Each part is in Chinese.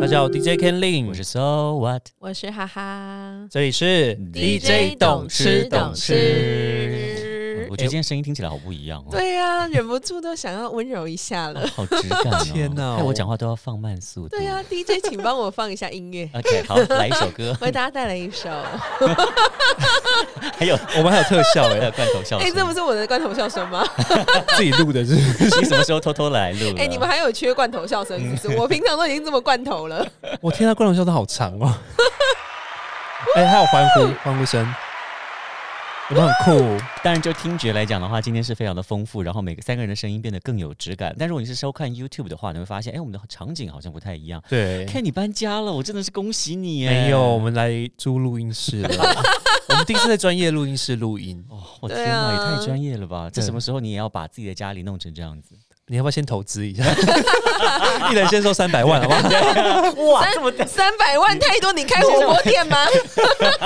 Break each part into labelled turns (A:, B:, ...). A: Hello DJ Ken Lin，
B: 我是 So What，
C: 我是哈哈
A: 这里是
C: DJ 懂吃懂吃
B: 嗯我 觉得今天声音听起来好不一样哦，
C: 嗯哎对呀、忍不住都想要温柔一下了。
B: 好质感 哦，
A: 天哪
B: 害我讲话都要放慢速度。
C: 对呀、d j 请帮我放一下音乐，
B: o k 好， 来一首歌
C: ，为大家带来一首。哎
B: 还有
A: 我们 还有特 效
B: 还
A: 哎、
B: 有罐头笑
C: 哎、
B: 声。
C: 这不是我的罐头笑声吗？
A: 自己录的是不是
B: 你什么时候偷偷来录了？
C: 哎、你们还有缺罐头笑声是不是？我平常都已经这么罐头了。
A: 我天啊，罐头笑的好长哦。 哎、还有欢呼欢呼声，有没有很酷？
B: 当然，就听觉来讲的话，今天是非常的丰富，然后每个三个人的声音变得更有质感。但如果你是收看 YouTube 的话，你会发现，哎，我们的场景好像不太一样。
A: 对，
B: 看你搬家了，我真的是恭喜你耶！
A: 哎没有，我们来租录音室 了。我们第一次在专业录音室录音，
B: 哦，我
C: 对
B: 天哪，
C: 啊
B: 也太专业了吧！这
A: 对
B: 什么时候你也要把自己的家里弄成这样子？
A: 你要不要先投资一下？ 一人先收三百万，好不好？
B: 哇，这么大！
C: 三百万太多，你开火锅店吗？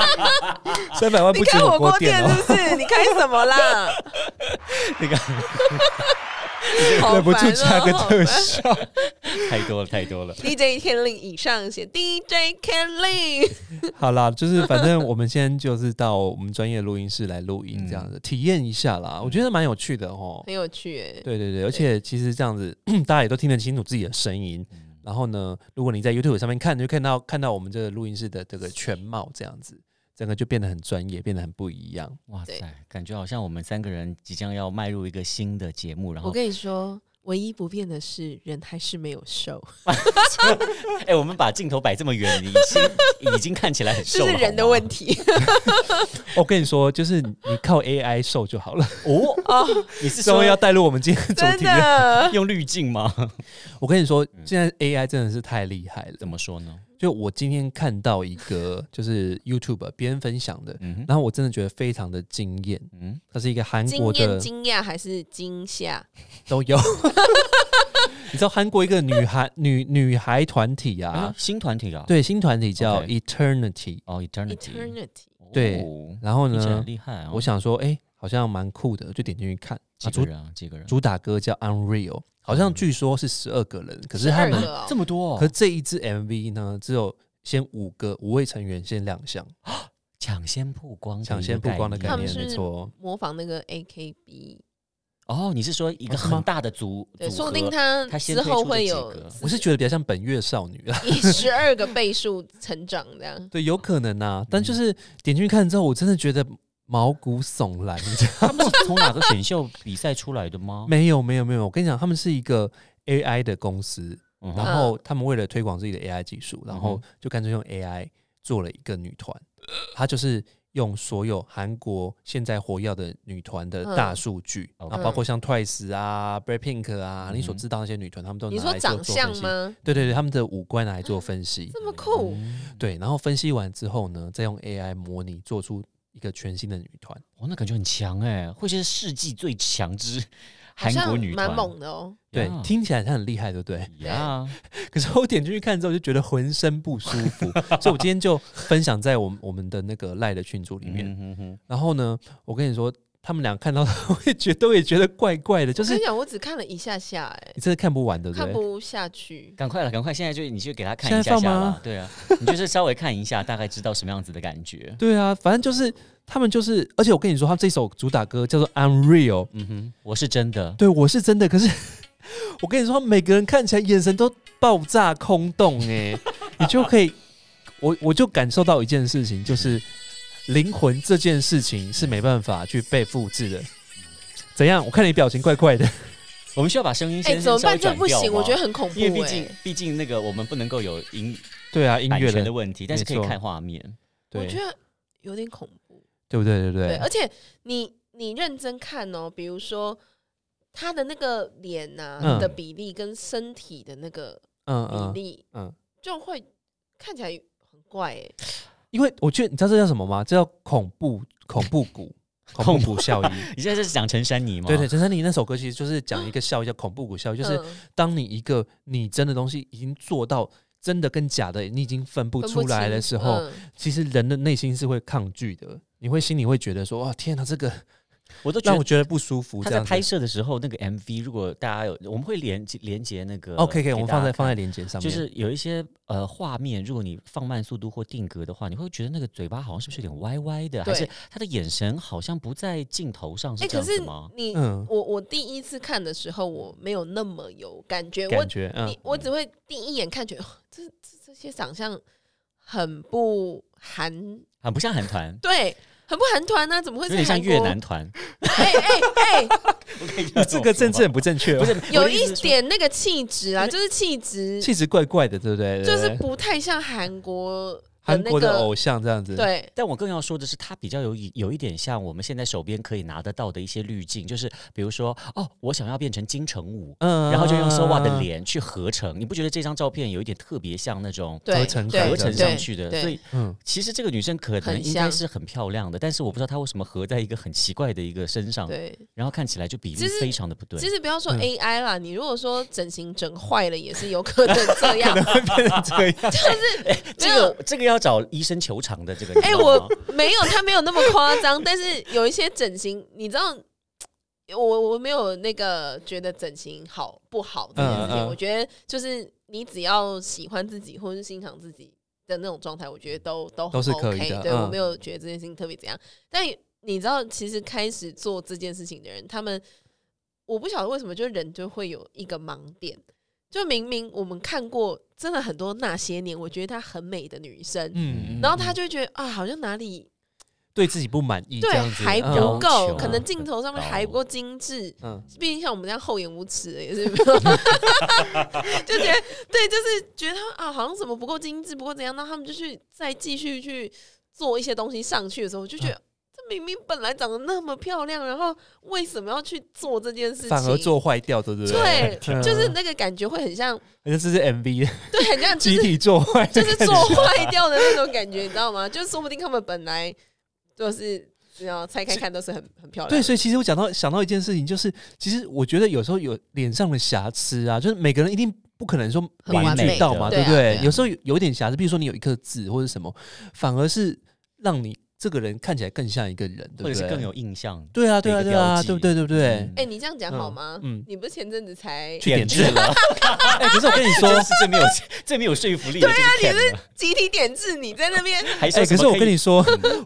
A: 三百万
C: 你
A: 不止
C: 开火
A: 锅
C: 锅店
A: 哦
C: 是不是？你开什么啦？
B: 那个
C: 好
A: 忍不住
C: 烦
A: 加个
C: 哦
A: 特效。
B: 太多了，太多了。
C: DJ Ken Lin 以上写 DJ Ken Lin，
A: 好啦，就是反正我们先就是到我们专业录音室来录音，这样子、体验一下啦，我觉得蛮有趣的哦。
C: 很有趣哎、
A: 对对对，而且其实这样子 大家也都听得清楚自己的声音。然后呢，如果你在 YouTube 上面看，你就看到看到我们这个录音室的这个全貌，这样子，整个就变得很专业，变得很不一样。
B: 哇塞
C: 对，
B: 感觉好像我们三个人即将要迈入一个新的节目，然
C: 我
B: 后
C: 跟你说，唯一不变的是人还是没有瘦，
B: 哎、我们把镜头摆这么远，已经已经看起来很瘦
C: 这
B: 了，
C: 是人的问
B: 题
C: 题。
A: 我跟你说，就是你靠 AI 瘦就好了。
B: 哦。
C: 哦，
B: 你是
A: 终
B: 说
A: 于
B: 要
A: 要带入我们今天的主
C: 真
A: 题了。
C: 的，
B: 用滤镜吗？
A: 我跟你说，现在 AI 真的是太厉害了。
B: 怎么说呢？
A: 就我今天看到一个就是 YouTube 别人分享的，
B: 嗯哼
A: 然后我真的觉得非常的惊艳。
B: 嗯，
A: 它是一个韩
C: 惊
A: 国
C: 艳、
A: 的
C: 惊讶还是惊吓？
A: 都有， 你知道韩国一个女孩 女女孩团体
B: 啊
A: 啊，，
B: 新团体啊，，
A: 对，新团体叫
B: OK
A: Eternity。
B: 哦，Eternity，
C: Eternity，
A: 对
B: 哦
A: 然后
B: 你真的很
A: 呢，
B: 厉害啊！
A: 我想说，哎、好像蛮酷的，就点进去看。啊，
B: 几个
A: 主
B: 人啊，几个人，
A: 主打歌叫 Unreal，好像据说是十二个人，可是他
C: 二
A: 们，
C: 个哦
B: 这么多、
A: 可
B: 哦，
A: 这一支 MV 呢，只有先五个五位成员先亮相，
B: 抢先曝光的一个概
A: 抢
B: 念，
A: 先曝光的嗯概
C: 他们
A: 念，
C: 是
A: 没错。
C: 模仿那个 AKB，
B: 哦，你是说一个
A: 哦是吗
B: 很大的组
C: 对，
B: 组
C: 说
B: 合
C: 不定他
B: 他先
C: 之
B: 推
C: 后
B: 出了
C: 会
B: 几
C: 有
B: 个
A: 我是觉得比较像本月少女 啦，。
C: 以 十二个倍数成长这 样
A: 对，有可能啊。但就是点进去看之后，我真的觉得毛骨悚然。你知道？
B: 他们是 从哪个选秀比赛出来的吗
C: 哦
A: 没有，没有，没有。我跟你讲，他们是一个 AI 的公司，
B: 嗯
A: 然
B: 哼
A: 后他们为了推广自己的 AI 技术，然
B: 嗯
A: 后就干脆用 AI 做了一个女团，她就是。用所有韩国现在活跃的女团的大数据，
B: 嗯
A: 啊，包括像 Twice 啊、BLACKPINK 啊，你所
B: 嗯
A: 知道那些女团，他们都
C: 你
A: 拿
C: 说
A: 来做
C: 长
A: 做
C: 相
A: 分析。
C: 吗？
A: 对对对，他们的五官拿来做分析。
C: 这么酷，
B: 嗯
A: 对，然后分析完之后呢，再用 AI 模拟做出一个全新的女团。
B: 哇，哦那感觉很强哎，会是世纪最强之
C: 好
B: 韩国
C: 像
B: 女团，
C: 蛮猛的哦。
A: 对
B: 呀
A: 听起来她很厉害，对不对？
B: 呀！
A: 可是我点进去看之后就觉得浑身不舒服，所以我今天就分享在我们我们的那个赖的群组里面。
B: 嗯哼哼，
A: 然后呢，我跟你说，他们俩看到我也觉都也觉得怪怪的，就
C: 我
A: 是
C: 跟你讲，我只看了一下下，哎，
A: 你真的看不完，对不
C: 看
A: 对？
C: 不下去。
B: 赶快了，赶快！现在就你去给他看
A: 现
B: 一
A: 在
B: 下
A: 放
B: 下
A: 吗
B: 啦，对啊，你就是稍微看一下，大概知道什么样子的感 觉。
A: 对啊，反正就是他们就是，而且我跟你说，他们这首主打歌叫做《Unreal》，
B: 嗯哼，我是真的，
A: 对，我是真的。可是 我跟你说，每个人看起来眼神都爆炸空洞 哎、你就可以，我我就感受到一件事情，就是灵魂这件事情是没办法去被复制的。怎样？我看你表情怪怪的，
B: 我们需要把声音
C: 哎，
B: 先
C: 怎
B: 稍
C: 么
B: 微
C: 办？这
B: 转
C: 不
B: 掉
C: 行，我
B: 吗
C: 觉得很恐怖
B: 因为毕竟
C: 哎。
B: 毕竟那个我们不能够有音
A: 对啊，音
B: 版
A: 乐
B: 权
A: 的
B: 的，问题，但是可以
A: 没错
B: 看画面。
C: 我
A: 对
C: 觉得有点恐怖。
A: 对不对？对不
C: 对，
A: 对
C: 而？且你你认真看哦，比如说他的那个脸呐、
A: 嗯
C: 的比例跟身体的那个
A: 嗯
C: 比
A: 嗯，
C: 例，
A: 嗯嗯
C: 就会看起来很怪哎、
A: 因为我觉得你知道这叫什么吗？这叫恐怖恐怖谷。恐怖谷效应，
B: 你现在是讲陈珊妮 吗？
A: 对对，，陈珊妮那首歌其实就是讲一个效应，叫恐怖谷效应，就是
C: 嗯
A: 当你一个拟真的东西已经做到真的跟假的你已经分不
C: 分
A: 出来
C: 清
A: 的时候，
C: 嗯
A: 啊其实人的内心是会抗拒的，你会心里会觉得说哇天哪，这个
B: 我都觉
A: 让
B: 得
A: 我觉得不舒服。这
B: 他在
A: 样子
B: 拍摄的时候，那个 MV 如果大家有，我们会连接连接那
C: 啊
B: 个
A: ，OK，可以，我们哦放在放在
B: 在，
A: 链接上面。
B: 就是有一些呃画面，如果你放慢速度或定格的话，你会觉得那个嘴巴好像是不是有点歪歪的，还
C: 对
B: 是他的眼神好像不在镜头上，是
C: 哎、
B: 这
C: 可
B: 样
C: 是
B: 子吗？
C: 你，
A: 嗯，
C: 我我第一次看的时候，我没有那么有感觉，我
A: 感觉嗯
C: 你，我只会第一眼看觉得，哦这这这些长相很不韩，
B: 很不像韩团，
C: 对，很不韩团啊呢，怎么会
B: 有
C: 是
B: 点像
C: 韩国
B: 越南？团。
C: 哎哎 哎，
B: 我可以 样
A: 这个政治
B: 说
A: 很不正确哦，
B: 吗不是我
C: 有
B: 的意思
C: 一
B: 是说
C: 点那个气质啊，就是气质，
A: 气质怪怪的，对不对？
C: 就
A: 对
C: 是
A: 不对
C: 不太像韩国
A: 韩国的
C: 那个
A: 偶像这样子。，
C: 对
B: 但我更要说的是，它比较有一有一点像我们现在手边可以拿得到的一些滤镜，就是比如说，哦，我想要变成金城武，
A: 嗯
B: 然后就用 Sova 的，脸去合成。你不觉得这张照片有一点特别像那种
C: 对
A: 合成
C: 对
B: 合
A: 感
B: 成
A: 对
B: 上去的？
C: 对
B: 所以
A: 嗯，
B: 其实这个女生可能
C: 很
B: 应该
C: 像
B: 是很漂亮的，但是我不知道她为什么合在一个很奇怪的一个身上，
C: 对。
B: 然后看起来就比例
C: 其实
B: 非常的不对
C: 其。实不要说
A: 嗯
C: AI 啦，你如果说整形整坏了，也是有可能 这样。
A: 会变成这 样。
B: 哎这
C: 没有
B: 个这个要找医生求偿的这个。
C: 哎、
B: 你知道吗
C: 我没有，他没有那么夸张，但是有一些整形，你知道，我我没有那个觉得整形好不好这件事情，
A: 嗯嗯
C: 我觉得就是你只要喜欢自己或是欣赏自己的那种状态，我觉得都都很
A: 都是可
C: OK,
A: 以的
C: 对、
A: 嗯
C: 我没有觉得这件事情特别怎样，但你知道，其实开始做这件事情的人，他们我不晓得为什么，就人就会有一个盲点。就明明我们看过真的很多那些年，我觉得她很美的女生，
A: 嗯，
C: 然后他
A: 就
C: 就会觉得啊，好像哪里
A: 对自己不满意，
C: 对
A: 这样子
C: 还
A: 嗯
C: 不
B: 要
C: 够，
B: 求
C: 可能镜头上面
B: 很高
C: 还不够精致。
A: 嗯，
C: 毕竟像我们这样厚颜无耻的也是没有， 就觉得对，就是觉得他们啊，好像怎么不够精致，不够怎样，那他们就去再继续去做一些东西上去的时候，我就觉得。
A: 嗯
C: 这明明本来长得那么漂亮，然后为什么要去做这件事情？
A: 反而做坏掉，对不对？
C: 对，
A: 嗯
C: 就是那个感觉会很像，
A: 而且这是 MV
C: 对，很 像就是
A: 集体做坏的
C: 就
A: 感觉，
C: 是做坏掉的那种感觉，你知道吗？就是说不定他们本来就是，然后拆开看都是很很漂亮的。
A: 对，所以其实我讲到想到一件事情，就是其实我觉得有时候有脸上的瑕疵啊，就是每个人一定不可能说
C: 很完
A: 具
C: 美
A: 到
B: 的
A: 嘛，
B: 对
A: 对
C: 啊
A: 不对？
B: 对啊
A: 有时候有有点瑕疵，比如说你有一颗痣或者什么，反而是让你这个人看起来更像一个人，对不
B: 或者
A: 对？
B: 是更有印象。
A: 对啊，对啊，
B: 一个
A: 对啊，
B: 标记
A: 对不对？对不对
B: 嗯？
C: 哎、你这样讲好吗？
A: 嗯嗯
C: 你不是前阵子才
A: 去 点痣
B: 了，
A: 哎，可是我跟你说
B: 真，是最没有最没有说服力的，
C: 啊
B: 就是 Ken 了
C: 集体点痣，你在那边
B: 还
A: 哎，
B: 说什
A: 可
B: 么
A: 是我跟
B: 以
A: 你 说，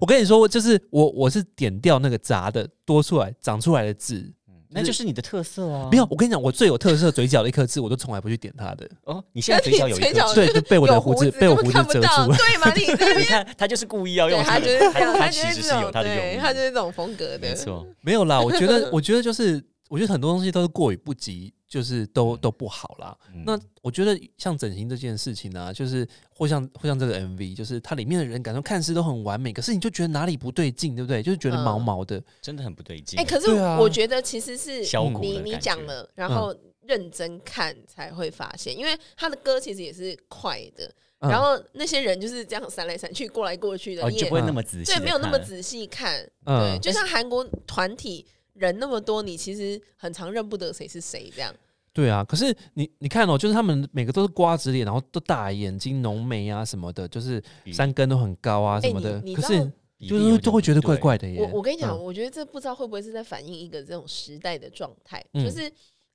A: 我跟你说，就是我我是点掉那个杂的多出来长出来的痣，
B: 那就是你的特色啊！
A: 没有，我跟你讲，我最有特色嘴角的一颗痣，我都从来不去点它的，
B: 哦，你现在嘴角有一
C: 嘴角
B: 颗，
A: 对，就被我的
C: 有
A: 胡子
C: 子
A: 被我胡
C: 根
A: 子
C: 本看不
A: 遮
C: 到，
A: 住。
C: 对吗？你 在那
B: 你
C: 边，
B: 看他就是故意要
C: 对
B: 用
C: 他
B: 他
C: 就是
B: 的，
C: 这样，
B: 他
C: 就
B: 其
C: 是
B: 实
C: 这
B: 是有
C: 种，
B: 他的
C: 对，
B: 用
C: 他就
B: 意，
C: 是这种风格
B: 没
C: 的。
B: 错。
A: 没 有啦，我觉得，我觉得就是，我觉得很多东西都是过于不及，就是
B: 嗯
A: 都都不好啦。那我觉得像整形这件事情啊，就是或像或像这个 MV，就是它里面的人感觉看似都很完美，可是你就觉得哪里不对劲，对不对？就是觉得毛毛的，
B: 真的很不对劲。
C: 哎、可是
A: 对啊
C: 我觉得其实是
B: 削骨
C: 你
B: 的
C: 你
B: 感
C: 讲
B: 觉嗯
C: 了，然后认真看才会发现，因为他的歌其实也是快的，
A: 嗯
C: 然后那些人就是这样闪来闪去、过来过去的，
B: 哦，
C: 你
B: 你就
C: 也
B: 不会那么仔细，
C: 对没有那么。仔细看。对，
A: 嗯，
C: 就像韩国团体人那么多，你其实很常认不得谁是谁这样。
A: 对啊。可是你你看哦，就是他们每个都是瓜子脸，然后都大眼睛、浓眉啊什么的，就是山根都很高啊什么的
C: 哎你，你
A: 可
C: 知道
A: 是
B: 比例
A: 就
B: 有
A: 是
B: 点
A: 都会觉得
B: 不对
A: 怪。怪的耶。
C: 我我跟你讲，
A: 嗯，
C: 我觉得这不知道会不会是在反映一个这种时代的状态，
A: 嗯
C: 就是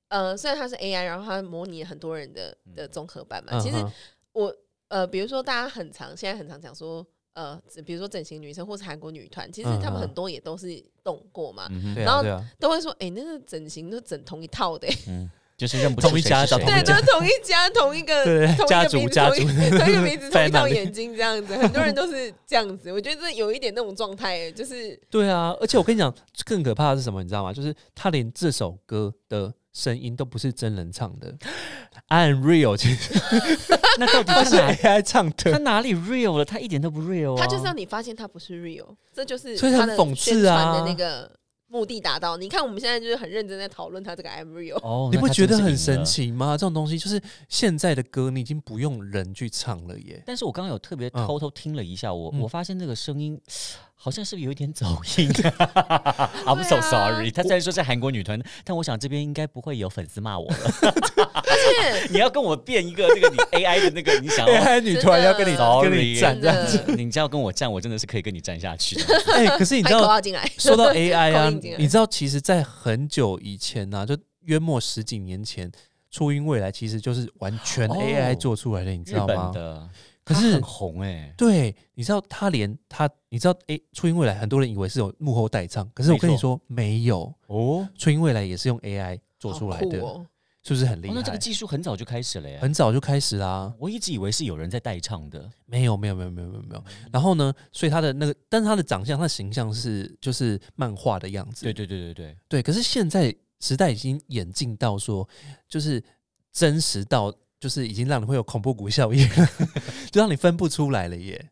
C: 呃，虽然它是 AI，然后它模拟很多人的的综合版嘛，
A: 嗯
C: 其实
A: 嗯
C: 我呃，比如说大家很常现在很常讲说，呃，比如说整形女生或是韩国女团，其实
A: 嗯
C: 他们
A: 嗯
C: 很多也都是动过嘛，
B: 嗯
A: 对
B: 哼，
C: 然
A: 啊
C: 后
A: 对啊，
C: 都会说，哎、那个整形都整同一套的、
B: 嗯，就是认不出
A: 同一家
B: 谁是
A: 找同
B: 谁
A: 一
C: 对，
A: 家
C: 都是同一家、同一个、
A: 对
C: 同一
A: 家
C: 个
A: 族
C: 名字、
A: 家
C: 同一
A: 族
C: 同一个 名 字、同
A: 在
C: 一
A: 哪
C: 套
A: 里
C: 眼睛这样子，很多人都是这样子。我觉得这有一点那种状态，欸就是
A: 对啊，而且我跟你讲，更可怕的是什么，你知道吗？就是他连这首歌的声音都不是真人唱的 ，unreal，其实
B: 那到底
A: 他 是
B: 他哪
A: AI 唱
B: 他
A: 的，
B: 哪里 real 了？他一点都不 real 啊！
C: 他就是让你发现他不是 real，这就是
A: 所以
C: 他
A: 很
C: 的
A: 讽
C: 宣
A: 刺啊
C: 传的那个目的达到。你看我们现在就是很认真在讨论他这个 I'm real，
B: 哦，
A: 你
B: 那
A: 不
B: 他
A: 觉得
B: 真的是
A: 很
B: 赢
A: 神
B: 了？
A: 奇吗？这种东西就是现在的歌，你已经不用人去唱了 耶。
B: 但是我刚刚有特别
A: 嗯
B: 偷偷听了一下，我、
A: 嗯
B: 我发现那个声音好像是不是有一点走音 ？I'm
C: 对
B: so
C: 啊
B: sorry。他虽然说是韩国女团，但我想这边应该不会有粉丝骂我了。
C: 而
B: 你要跟我变一个那个你 AI 的那个，你想要
A: AI 哎女团要跟你 跟你
B: sorry，
A: 站
C: 真
A: 这样
C: 的
A: 子，
B: 你只要跟我站，我真的是可以跟你站下去。
A: 哎，可是你
C: 且
A: 知
C: 还口
A: 道，
C: 号进来，
A: 说到 AI 啊
C: 口音，进进来
A: 你。知道，其实，在很久以前呐、就约莫十几年前，初音未来其实就是完全
B: 哦
A: AI 做出来的，你知
B: 日
A: 道
B: 本
A: 吗？
B: 的，
A: 可
B: 它
A: 是
B: 很红哎、
A: 对，你知道他连他，你知道诶，初音未来很多人以为是有幕后代唱，可是我
B: 没
A: 跟你
B: 错
A: 说没有，
B: 哦，
A: 初音未来也是用 AI 做出来
C: 好
A: 的，
C: 酷哦
A: 是不是很厉害？
B: 哦，那这个技术很早就开始了耶。
A: 很早就开始啦，
B: 我一直以为是有人在代唱的，
A: 没有没有没有没有没有没有。然后呢，所以他的那个，但是他的长相，他的形象是就是漫画的样子，
B: 对对对对对，
A: 对，可是现在时代已经演进到说，就是真实到，就是已经让你会有恐怖谷效应了， 就让你分不出来了耶。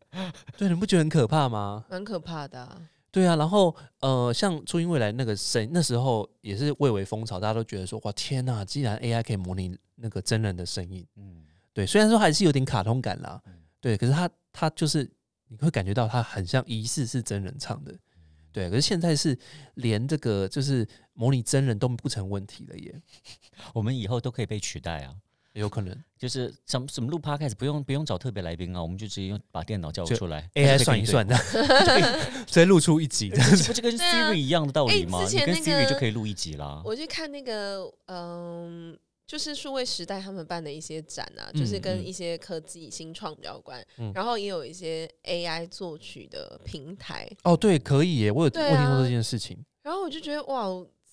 A: 对，你不觉得很可怕吗？
C: 蛮可怕的啊。
A: 对啊，然后呃，像初音未来那个声，那时候也是蔚为风潮，大家都觉得说，哇，天呐，既然 AI 可以模拟那个真人的声音，
B: 嗯，
A: 对，虽然说还是有点卡通感啦
B: 嗯，
A: 对，可是它它就是你会感觉到它很像疑似是真人唱的，对，可是现在是连这个就是模拟真人都不成问题了耶，
B: 我们以后都可以被取代啊。
A: 有可能
B: 就是什么什么录 podcast 不用不用找特别来宾啊，我们就直接用把电脑叫
A: 就
B: 出来
A: AI 算一，算的， 直接露出一集这样
B: 这
A: 子，
B: 不是跟
C: 对啊
B: Siri 一样的道理吗？
C: 哎之
B: 你
C: 前
B: 跟
C: 那个
B: Siri 就可以录一集啦。
C: 我去看那个，嗯、就是数位时代他们办的一些展啊，就是
A: 嗯
C: 跟
A: 嗯
C: 一些科技新创比较有关，
A: 嗯
C: 然后也有一些 AI 作曲的平台，
A: 哦，对，可以耶，我有、
C: 对啊
A: 我有听说这件事情，
C: 然后我就觉得哇，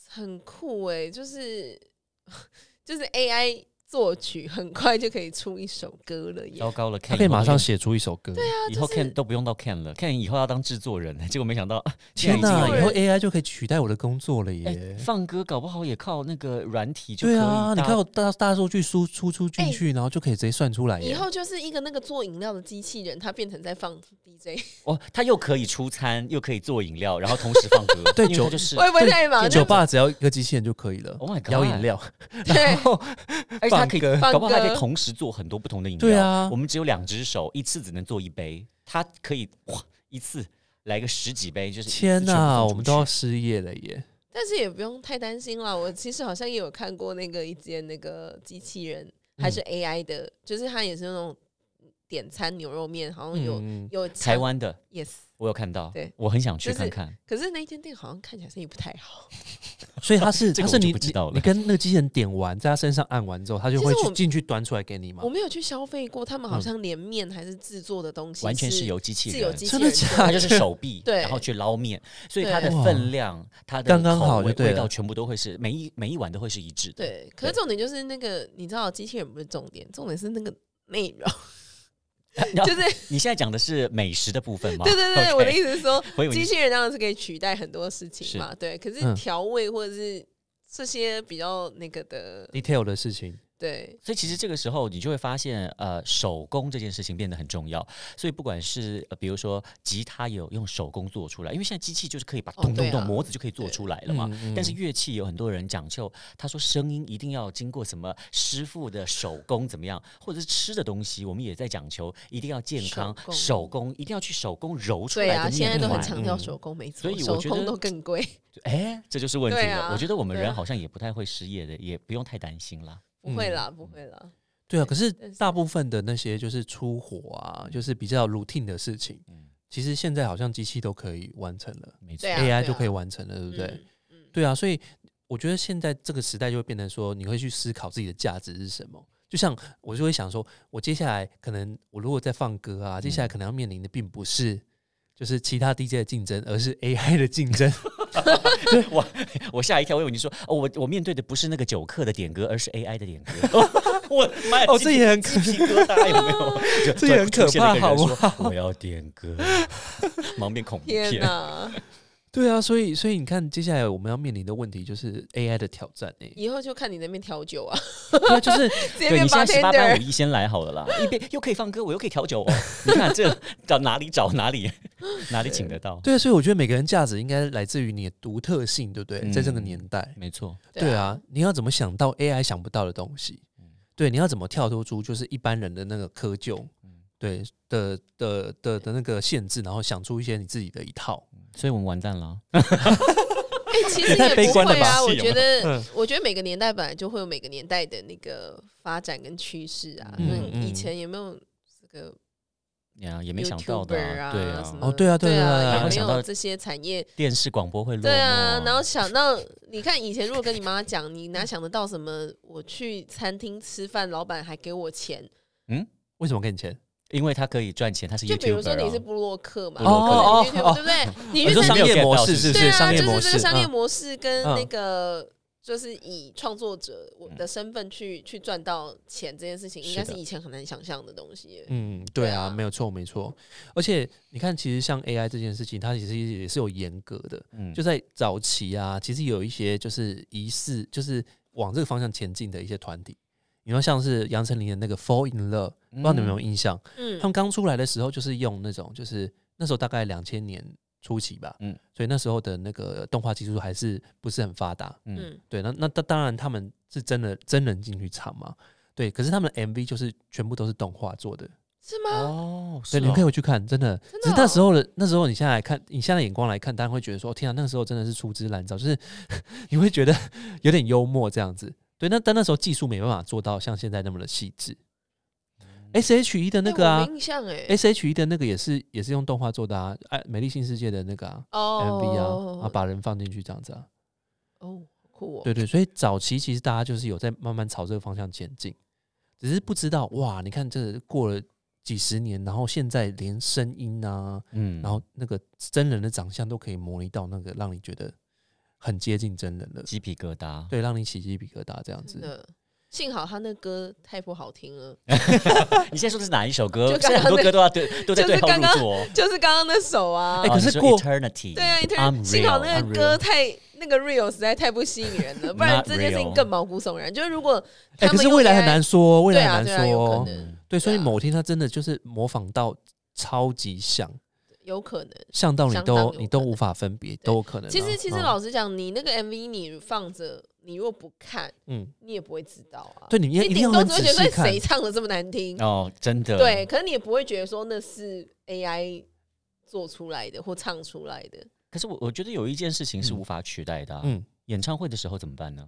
C: 很酷哎、就是 就是 AI 作曲，很快就可以出一首歌了耶
B: 糟。糕了，
A: 它
B: Ken
A: 可以马上
B: 以后
A: 写出一首歌，对啊，
B: 都，以后
C: 就是
B: Ken 都不用到 Ken 了，Ken 以后要当制作人，结果没想到啊
A: 天
B: 哪
A: 呐，，
C: 有
A: 以
C: 人
A: 后 AI 就可以取代我的工作了
B: 哎
A: 耶。
B: 放歌搞不好也靠那个软体就可以
A: 对啊，你
B: 搭
A: 看我大大数据输输出进
C: 哎
A: 去，然后就可以直接算出来耶。
C: 以后就是一个那个做饮料的机器人，它变成在放 DJ，
B: 哦，他又可以出餐，又可以做饮料，然后同时放歌，
A: 对
B: 因为它
A: 酒
B: 就是
C: 会不会太忙？
A: 酒吧只要一个机器人就可以了。
B: Oh my God
A: 摇饮料，
C: 对，
B: 而且它可以，
A: 放歌
B: 搞不好它可
C: 放
B: 以
C: 歌
B: 同时做很多不同的饮料。
A: 对啊
B: 我们只有两只手，一次只能做一杯，它可以哇一次来个十几杯，就是一次
A: 天
B: 全部
A: 哪，
B: 送
A: 我们
B: 出
A: 都要
B: 去
A: 失业了耶！
C: 但是也不用太担心啦。我其实好像也有看过那个一间那个机器人，
B: 嗯
C: 还是 AI 的，就是它也是那种点餐牛肉面，好像有、
A: 嗯，
C: 有
B: 台
C: 强
B: 湾的，
C: yes，
B: 我有看到，
C: 对
B: 我很想去
C: 就是
B: 看看。
C: 可是那一间店好像看起来生意不太 好。
A: 所以他是
B: 这
A: 他
B: 个
A: 是
B: 我就
A: 你
B: 不知
A: 你
B: 道了
A: 你跟那个机器人点完，在他身上按完之后，他就
C: 其
A: 会
C: 实
A: 去
C: 我
A: 进去端出来给你吗
C: 我？没有去消费过，他们好
A: 嗯
C: 像连面还是制作的东西
B: 完全是
C: 是
B: 由机器
C: 是有
B: 人，
C: 机器
A: 真
C: 人
A: 的
C: 做
A: 假
B: 它
A: 的？
B: 就是手臂，
C: 对
B: 然后去捞面，所以
C: 对
B: 它的分量、它的
A: 刚刚好
B: 口味
A: 就对
B: 味道
A: 了
B: 全部都会是每一每一碗都会是一致的。
C: 对，可是重点就是那个，你知道，机器人不是重点，重点是那个内 容，
B: 然后
C: 就是
B: 你现在讲的是美食的部分吗？
C: 对对对
B: OK
C: 我的意思是说，
B: 我以为
C: 机
B: 你
C: 器人当然是可以取代很多事情嘛，对。可是
A: 嗯
C: 调味或者是这些比较那个的，
A: detail 的事情，
C: 对，
B: 所以其实这个时候你就会发现，呃，手工这件事情变得很重要。所以不管是、呃、比如说吉他也有用手工做出来，因为现在机器就是可以把
C: 哦
B: 咚
C: 对
B: 咚
C: 啊
B: 咚模子就可以做出来了嘛。
A: 嗯嗯
B: 但是乐器有很多人讲究，他说声音一定要经过什么师傅的手工怎么样，或者是吃的东西，我们也在讲求一定要健康
C: 手，工
B: 手工一定要去手工揉出
C: 对
B: 来
C: 啊，
B: 的
C: 现在
B: 面
C: 都很
B: 团。
C: 强调
A: 嗯
C: 手工，没
B: 所
C: 错，
B: 以
C: 手
B: 我觉
C: 工
B: 得
C: 都更贵，
B: 哎，这就是问题
C: 对
B: 了。
C: 啊
B: 我觉得我们
C: 对
B: 人
C: 啊
B: 好像也不太会失业的，也不用太担心啦。
C: 不会啦，不会啦，
A: 对啊。可是
C: 但是
A: 大部分的那些就是出火啊，就是比较 routine 的事情，
B: 嗯，
A: 其实现在好像机器都可以完成了
B: 没错
C: 对。啊
A: ，AI 就可以完成了，对不对？
C: 嗯？嗯
A: 对啊，所以我觉得现在这个时代就会变成说，你会去思考自己的价值是什么。就像我就会想说，我接下来可能我如果在放歌
C: 嗯
A: 啊，接下来可能要面临的并不是就是其他 DJ 的竞争，而是 AI 的竞 争。
B: 我吓一跳，我以为你说哦，我我面对的不是那个酒客的点歌，而是 AI 的点 歌。我的妈呀！
A: 哦这也很
B: 鸡皮鸡皮疙瘩，有 没有？就
A: 这也很可怕
B: 突然出现了一个人
A: 好不
B: 说我要点歌，忙变恐怖
C: 天
B: 片。
C: 哪，
A: 对啊，所以所以你看，接下来我们要面临的问题就是 AI 的挑战欸诶、
C: 以后就看你那边调酒啊，
A: 对啊，就是
C: 直
B: 对
C: 接变
B: 你现在十八般
C: bartender
B: 武。艺先来好了啦，一边又可以放歌，我又可以调酒哦。你看这找哪里找哪里哪里请得到？
A: 对啊，所以我觉得每个人价值应该来自于你的独特性，对不对？
B: 嗯
A: 在这个年代，
B: 没错，
A: 对，啊，你要怎么想到 AI 想不到的东西？对，你要怎么跳脱出就是一般人的那个窠臼？对的的的的那个限制，然后想出一些你自己的一套。
B: 所以我们完蛋了。
C: 哎、其实
A: 也太悲
C: 也不
A: 观了
C: 会
A: 吧
C: 啊。我
B: 是有没
C: 觉
B: 有
C: 得
A: 嗯，
C: 我觉得每个年代本来就会有每个年代的那个发展跟趋势啊。
B: 嗯
C: 那、
A: 嗯
C: 以前有没有这个
B: 呀，也没想到的啊、
C: YouTuber 啊
B: 对
C: 什
B: 啊，
C: 么
A: 哦，对啊，对
C: 对
A: 啊，
B: 然
C: 啊，
B: 后
C: 也没
B: 想到
C: 有这些产业，
B: 电视广播会落
C: 对啊
A: 哦
B: 寞，
C: 然后想到，你看以前如果跟你妈讲，你哪想得到什么？我去餐厅吃饭，老板还给我钱，
A: 为什么给你钱？
B: 因为他可以赚钱，他是 YouTuber，、
C: 就
B: 啊、
C: 比如说你是部落客嘛，
B: 部落客
C: 哦
A: 哦哦
C: 对不对？你
A: 你
C: 去
A: 说
C: 餐
A: 商
B: 没有
A: 业
B: get
A: 模
B: 到
A: 式
B: 是
A: 是
B: 不
A: 不
C: 对
A: 是
C: 啊，
A: 商业
C: 就
A: 模
C: 是这
A: 式？
C: 个商业
A: 嗯
C: 模式跟
A: 嗯
C: 那个就是以创作者我的身份去去赚到钱这件事情，应该
B: 是
C: 是
B: 的
C: 以前很难想象的东西耶。
A: 嗯，对啊，
C: 对啊
A: 没有错，没错。而且你看，其实像 AI 这件事情，它其实也是有严格的，
B: 嗯
A: 就在早期啊，其实有一些就是疑似就是往这个方向前进的一些团体。你说像是杨丞琳的那个《Fall in Love》，不知道你们有没有印象？
C: 嗯
A: 他们刚出来的时候，就是用那种，就是那时候大概两千年初期吧，嗯
B: 嗯，
A: 所以那时候的那个动画技术还是不是很发达，
B: 嗯嗯
C: 嗯
A: 对，那那当当然他们是真的真人进去唱嘛，对，可是他们的 MV 就是全部都是动画做的，
C: 是吗？
B: 哦，
A: 所
B: 是
A: 以你们可以
B: 哦
A: 回去看，真的。
C: 真的
A: 只是那
C: 哦
A: 时候的那时候，你现在来看，你现在的眼光来看，当然会觉得说，天啊，那个时候真的是粗制滥造，就是 你会觉得 有点幽默这样子。对，那但那时候技术没办法做到像现在那么的细致。S H E 的那个
C: 哎我
A: 啊
C: 没印象哎，
A: ，S H E 的那个也是也是用动画做的啊，哎，美丽新世界的那个啊、MV 啊，啊，
C: 哦，
A: 把人放进去这样子啊。
C: 哦，好酷哦，
A: 对对，所以早期其实大家就是有在慢慢朝这个方向前进，只是不知道哇，你看这过了几十年，然后现在连声音啊，
B: 嗯
A: 然后那个真人的长相都可以模拟到那个让你觉得很接近真人了，
B: 鸡皮疙 瘩，
A: 对，让你起鸡皮疙瘩这样
C: 真
A: 子。
C: 的。幸好他那歌太不好听了，
B: 你现在说的是哪一首歌？
C: 就
B: 现
C: 刚
B: 在
C: 刚
B: 很多歌都要对都在
C: 就
B: 对
C: 是
B: 号入
C: 刚刚
B: 座哦。
C: 就是刚刚那首啊
A: 哎。
B: 哦
A: 可是
B: 你说
A: 过
B: eternity，
C: 对啊，你
B: I'm
C: 听，幸好那
B: real
C: 个歌太那个 real 实在太不吸引人了，不然
B: Not
C: 这件事情
B: real
C: 更毛骨悚然。就是如果
A: 哎、
C: 他
A: 可
C: 们
A: 是
C: 用
A: 未来很
C: AI
A: 难说，未
C: 对
A: 来
C: 啊，
A: 很
C: 对
A: 难
C: 啊，
A: 说
C: 有可
A: 哦。
C: 能，
A: 对，所以
C: 对啊
A: 某天他真的就是模仿到超级像，
C: 有可能。
A: 像到你
C: 相当
A: 都
C: 有
A: 你
C: 可
A: 都
C: 能
A: 无法分别，都有可能啊。
C: 其实，其实
A: 嗯
C: 老实讲，你那个 MV 你放着，你若不看，
A: 嗯，
C: 你也不会知道啊。
A: 对，你一
C: 你
A: 定要
C: 顶多
A: 很仔
C: 只会觉
A: 细
C: 得
A: 看
C: 谁。唱的这么难听，
B: 哦，真的，
C: 对，可是你也不会觉得说那是 AI 做出来的或唱出来的。
B: 可是我我觉得有一件事情是
A: 嗯
B: 无法取代的、啊，
A: 嗯，
B: 演唱会的时候怎么办呢？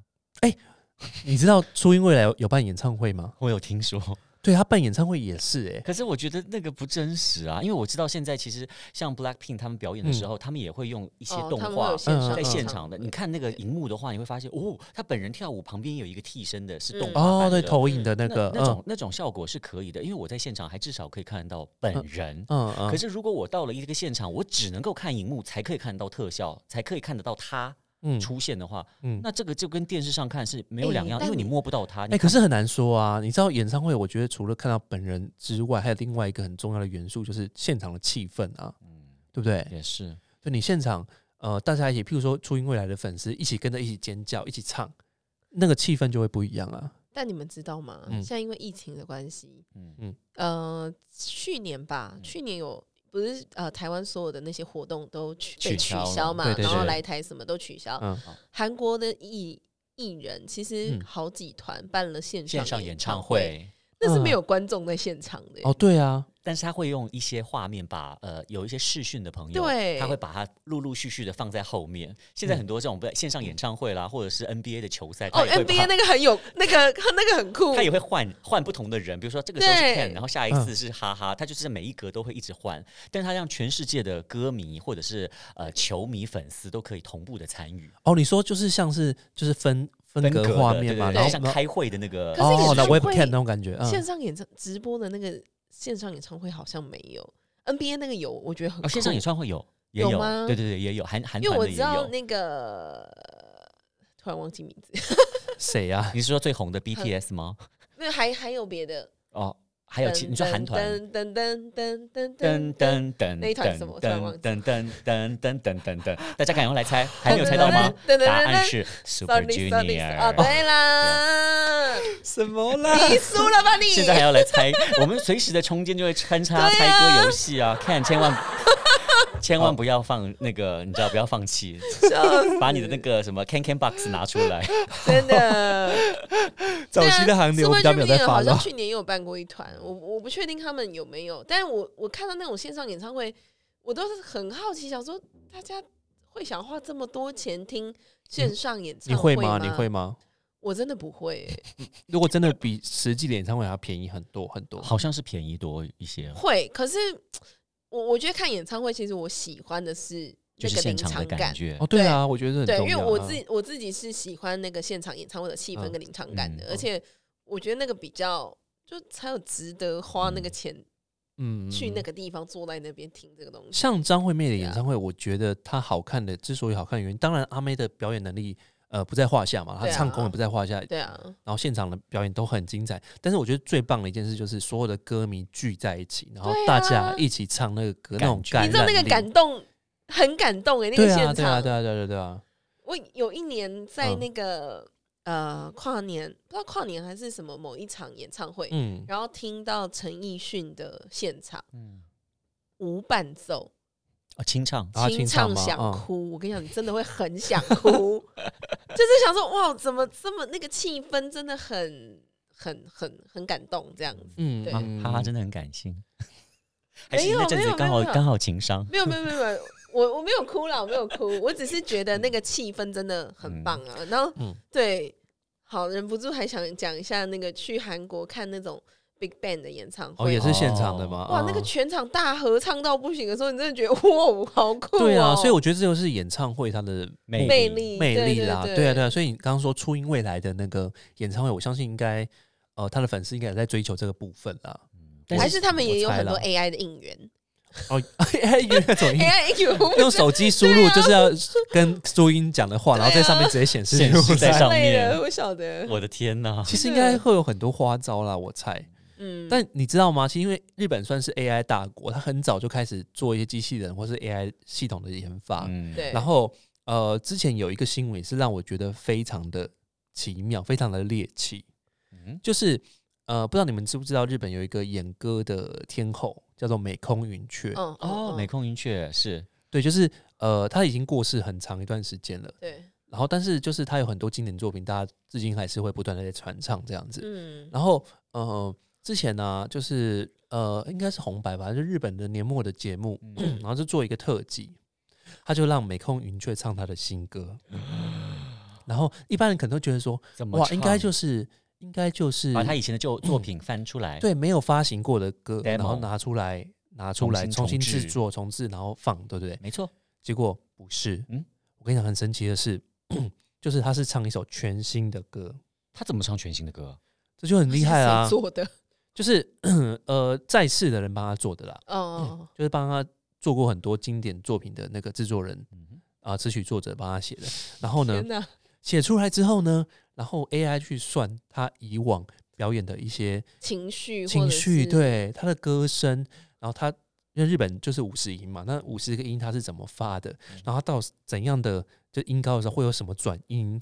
A: 你知道初音未来有有办演唱会吗？
B: 我有听说，
A: 对他办演唱会也是哎、
B: 可是我觉得那个不真实啊，因为我知道现在其实像 Blackpink 他们表演的时候，他们也会用一些
C: 嗯哦
B: 动
C: 他们会
B: 画
C: 有。线上
B: 在
A: 嗯
B: 现
C: 嗯
B: 场的，
C: 嗯
B: 你看那个荧幕的话，你会发现哦，他本人跳舞旁边有一个替身的，是动
C: 嗯
B: 画啊版的
A: 哦，对，投影的那
B: 那
A: 个，嗯
B: 那种那种效果是可以的，因为我在现场还至少可以看到本人。
A: 嗯嗯，
B: 可是如果我到了一个现场，我只能够看荧幕才可以看到特效，才可以看得到他
A: 嗯
B: 出现的话，
A: 嗯，
B: 那这个就跟电视上看是没有
C: 哎
B: 两样，因
C: 但
B: 为你
C: 你
B: 摸不到他。
A: 哎、
B: 你
A: 可
B: 看
A: 是很难说啊！你知道演唱会，我觉得除了看到本人之外，还有另外一个很重要的元素，就是现场的气氛啊，对不对？
B: 也是，
A: 就你现场，呃，大家一起，譬如说初音未来的粉丝一起跟着一起尖叫，一起唱，那个气氛就会不一样啊。
C: 但你们知道吗？
A: 嗯
C: 现在因为疫情的关系，
B: 嗯
C: 呃，去年吧，去年有不是呃台湾所有的那些活动都取
B: 取
C: 被取
B: 消了
C: 消嘛，
A: 对对
C: 然后
A: 对
C: 来台什么都取消。
A: 嗯，
C: 韩国的艺艺人其实
A: 嗯
C: 好几团办了线
B: 线上
C: 演
B: 演唱
C: 会，
B: 会，嗯
C: 那是没有观众在现场的耶、
A: 哦，对啊，
B: 但是他会用一些画面把呃有一些视讯的朋友，
C: 对
B: 他会把它陆陆续续的放在后面。现在
A: 嗯
B: 很多这种不线上演唱会啦，或者是 NBA 的球赛，
C: 哦
B: 他也会把
C: ，NBA 那个很有那个那个很酷
B: 他，也会换换不同的人，比如说这个时候是
C: 对
B: Ken，然后下一
A: 嗯
B: 次是哈哈，他就是每一格都会一直换，但是他让全世界的歌迷或者是呃球迷粉丝都可以同步的参与，
A: 哦，你说就是像是就是分分
B: 格
A: 隔
B: 的
A: 画面嘛，
B: 对对对
A: 然后
B: 像开会的那个
C: 可是演
A: 哦，那
C: 唱会
A: webcam 那种感觉，
C: 线
A: 嗯，
C: 上演唱直播的那个线上演唱会好像没有，NBA 那个有，我觉得很酷、
B: 哦，线上演唱会有也
C: 有吗
B: 对对对，也有韩韩
C: 因为
B: 团
C: 我
B: 的也
C: 知道
B: 有。
C: 那个突然忘记名字，
A: 谁啊？
B: 你是说最红的 BTS 吗？
C: 那还还有别的，
B: 哦，还有其你说韩团。
C: 噔噔噔噔
B: 噔
C: 噔噔噔，
B: 噔噔，
C: 那一团什么我突然忘
B: 噔
C: 记
B: 噔噔噔噔噔噔噔，大家赶快来猜，还没有猜到吗？
C: 噔噔噔噔
B: 答案是 Super
C: Sorry Sorry，哦，
B: Junior。
C: 对啦，
A: 什么啦？
C: 你输了吧你？
B: 现在还要来猜，我们随时的中间就会穿插猜歌游戏啊，看千万 千万不要放那个，你知道不要放弃，
C: 笑死
B: 把你的那个什么 Can Can Box 拿出 来。
C: 真的。
A: 早期的韩
C: 对
A: 流
C: 啊
A: 我比较没有在
C: Super Junior
A: 发
C: 好像
A: 了。
C: 去年也有办过一团，我我不确定他们有没有，但我我看到那种线上演唱会，我都是很好奇，想说大家会想花这么多钱听线上演
A: 你
C: 唱
A: 会吗？
C: 吗？
A: 你会？吗？
C: 我真的不会欸、
A: 如果真的比实际的演唱会还要便宜很多很多，
B: 好像是便宜多一些。
C: 会，可是我我觉得看演唱会，其实我喜欢的是
B: 就
C: 那
B: 是
C: 个
B: 现
C: 临
B: 场
C: 场
B: 的感觉，
A: 哦，对啊，我觉得这
C: 对，
A: 很重
C: 因为
A: 要啊。
C: 我自己我自己是喜欢那个现场演唱会的气氛跟临场感的，
B: 嗯
C: 而且我觉得那个比较就才有值得花那个
B: 嗯
C: 钱
A: 嗯
C: 去那
A: 个
C: 个地方坐在那边听这个东西。
A: 像张惠妹的
C: 对啊
A: 演唱会，我觉得她好看的之所以好看的原因，当然阿妹的表演能力呃不在话下嘛，她
C: 对啊
A: 唱功也不在话下，
C: 对啊，
A: 然后现场的表演都很精彩。但是我觉得最棒的一件事就是所有的歌迷聚在一起，然后
C: 对啊
A: 大家一起唱那个歌，那种
B: 感觉
A: 感
C: 你知道那
A: 染
C: 个
A: 力
C: 感动很感动哎、那个
A: 对
C: 现
A: 啊
C: 场，
A: 对啊对啊对啊对啊对啊，
C: 我有一年在
A: 嗯
C: 那个、呃跨年，不知道跨年还是什么某一场演唱会，
A: 嗯，
C: 然后听到陈奕迅的现场
B: 嗯，
C: 无伴奏。
B: 哦，清唱，
A: 啊
C: 清
A: 清唱
C: 唱
A: 吗
C: 想
A: 嗯
C: 哭，我跟你讲，你真的会很想哭， 就是想说哇，怎么这么那个气氛真的很很很很感动这样子。
A: 嗯
C: 对
B: 哈
A: 嗯
B: 啊哈哈，真的很感性。还
C: 没
B: 是你
C: 有
B: 那阵
C: 没
B: 子
C: 有
B: 刚
C: 没
B: 好
C: 有
B: 刚好情商，
C: 没有没有没有没有，我我没有哭啦，我没有哭，我只是觉得那个气氛真的很棒啊。然后、
A: 嗯
C: 对，好忍不住还想讲一下那个去韩国看那种 Big Bang 的演唱
A: 哦
C: 会，
A: 也是现场的嘛，
C: 哇，
A: 嗯
C: 那个全场大合唱到不行的时候，你真的觉得哇，好酷、哦。
A: 对啊，所以我觉得这就是演唱会它的
B: 魅
A: 目
C: 魅力
A: 魅力啦，
C: 对
A: 对啊对啊，所以你刚刚说初音未来的那个演唱会，我相信应该呃他的粉丝应该也在追求这个部分啦。
B: 但
C: 嗯还是他们也有
A: 我猜
C: 很多
A: 啦
C: AI 的应援。
A: 哦，原来怎么
C: AI 应援，
A: 用手机输入就是要跟朱茵讲的话，
C: 对
A: 然
C: 啊
A: 后在上面直接显示
B: 显示在上
C: 累了，
B: 面
C: 我晓得。
B: 我的天 呐！
A: 其实应该会有很多花招啦，我猜。
C: 嗯，
A: 但你知道吗？其实因为日本算是 AI 大国，它很早就开始做一些机器人或是 AI 系统的研发。
B: 嗯，
C: 对，
A: 然后呃，之前有一个新闻也是让我觉得非常的奇妙，非常的猎奇，
B: 嗯，
A: 就是呃，不知道你们知不知道日本有一个演歌的天后叫做美空云雀，
C: 嗯
B: 哦，美空云雀是
A: 对，就是呃，她已经过世很长一段时间了。
C: 对，
A: 然后，但是就是她有很多经典作品，大家至今还是会不断的在传唱这样子。
C: 嗯，
A: 然后呃，之前呢、就是呃，应该是红白吧，就日本的年末的节目，
B: 嗯
A: 然后就做一个特辑，他就让美空云雀唱他的新 歌，然后一般人可能都觉得说，
B: 怎么
A: 哇，应该
B: 唱啊
A: 就是应该就是
B: 把他以前的旧作品翻出来，
A: 对没有发行过的歌，然后
B: Demo
A: 拿出来拿出来重
B: 重
A: 新
B: 新
A: 制
B: 重制
A: 作重制，然后放，对不对？
B: 没错，
A: 结果不是，
B: 嗯
A: 我跟你讲，很神奇的是， 就是他是唱一首全新的歌，
B: 他怎么唱全新的歌？
A: 这就很厉害啊
C: 是谁！做的，
A: 就是 呃，在世的人帮他做的啦，
C: 哦，
A: 就是帮他做过很多经典作品的那个制作人
B: 嗯
A: 啊、词曲作者帮他写的。然后呢
C: 天，哪，
A: 写出来之后呢，然后 AI 去算他以往表演的一些
C: 情绪或
A: 情
C: 者
A: 绪，
C: 是，
A: 对他的歌声，然后他因为日本就是五十音嘛，那五十个音它是怎么发的，
C: 嗯
A: 然后它到怎样的就音高的时候会有什么转音，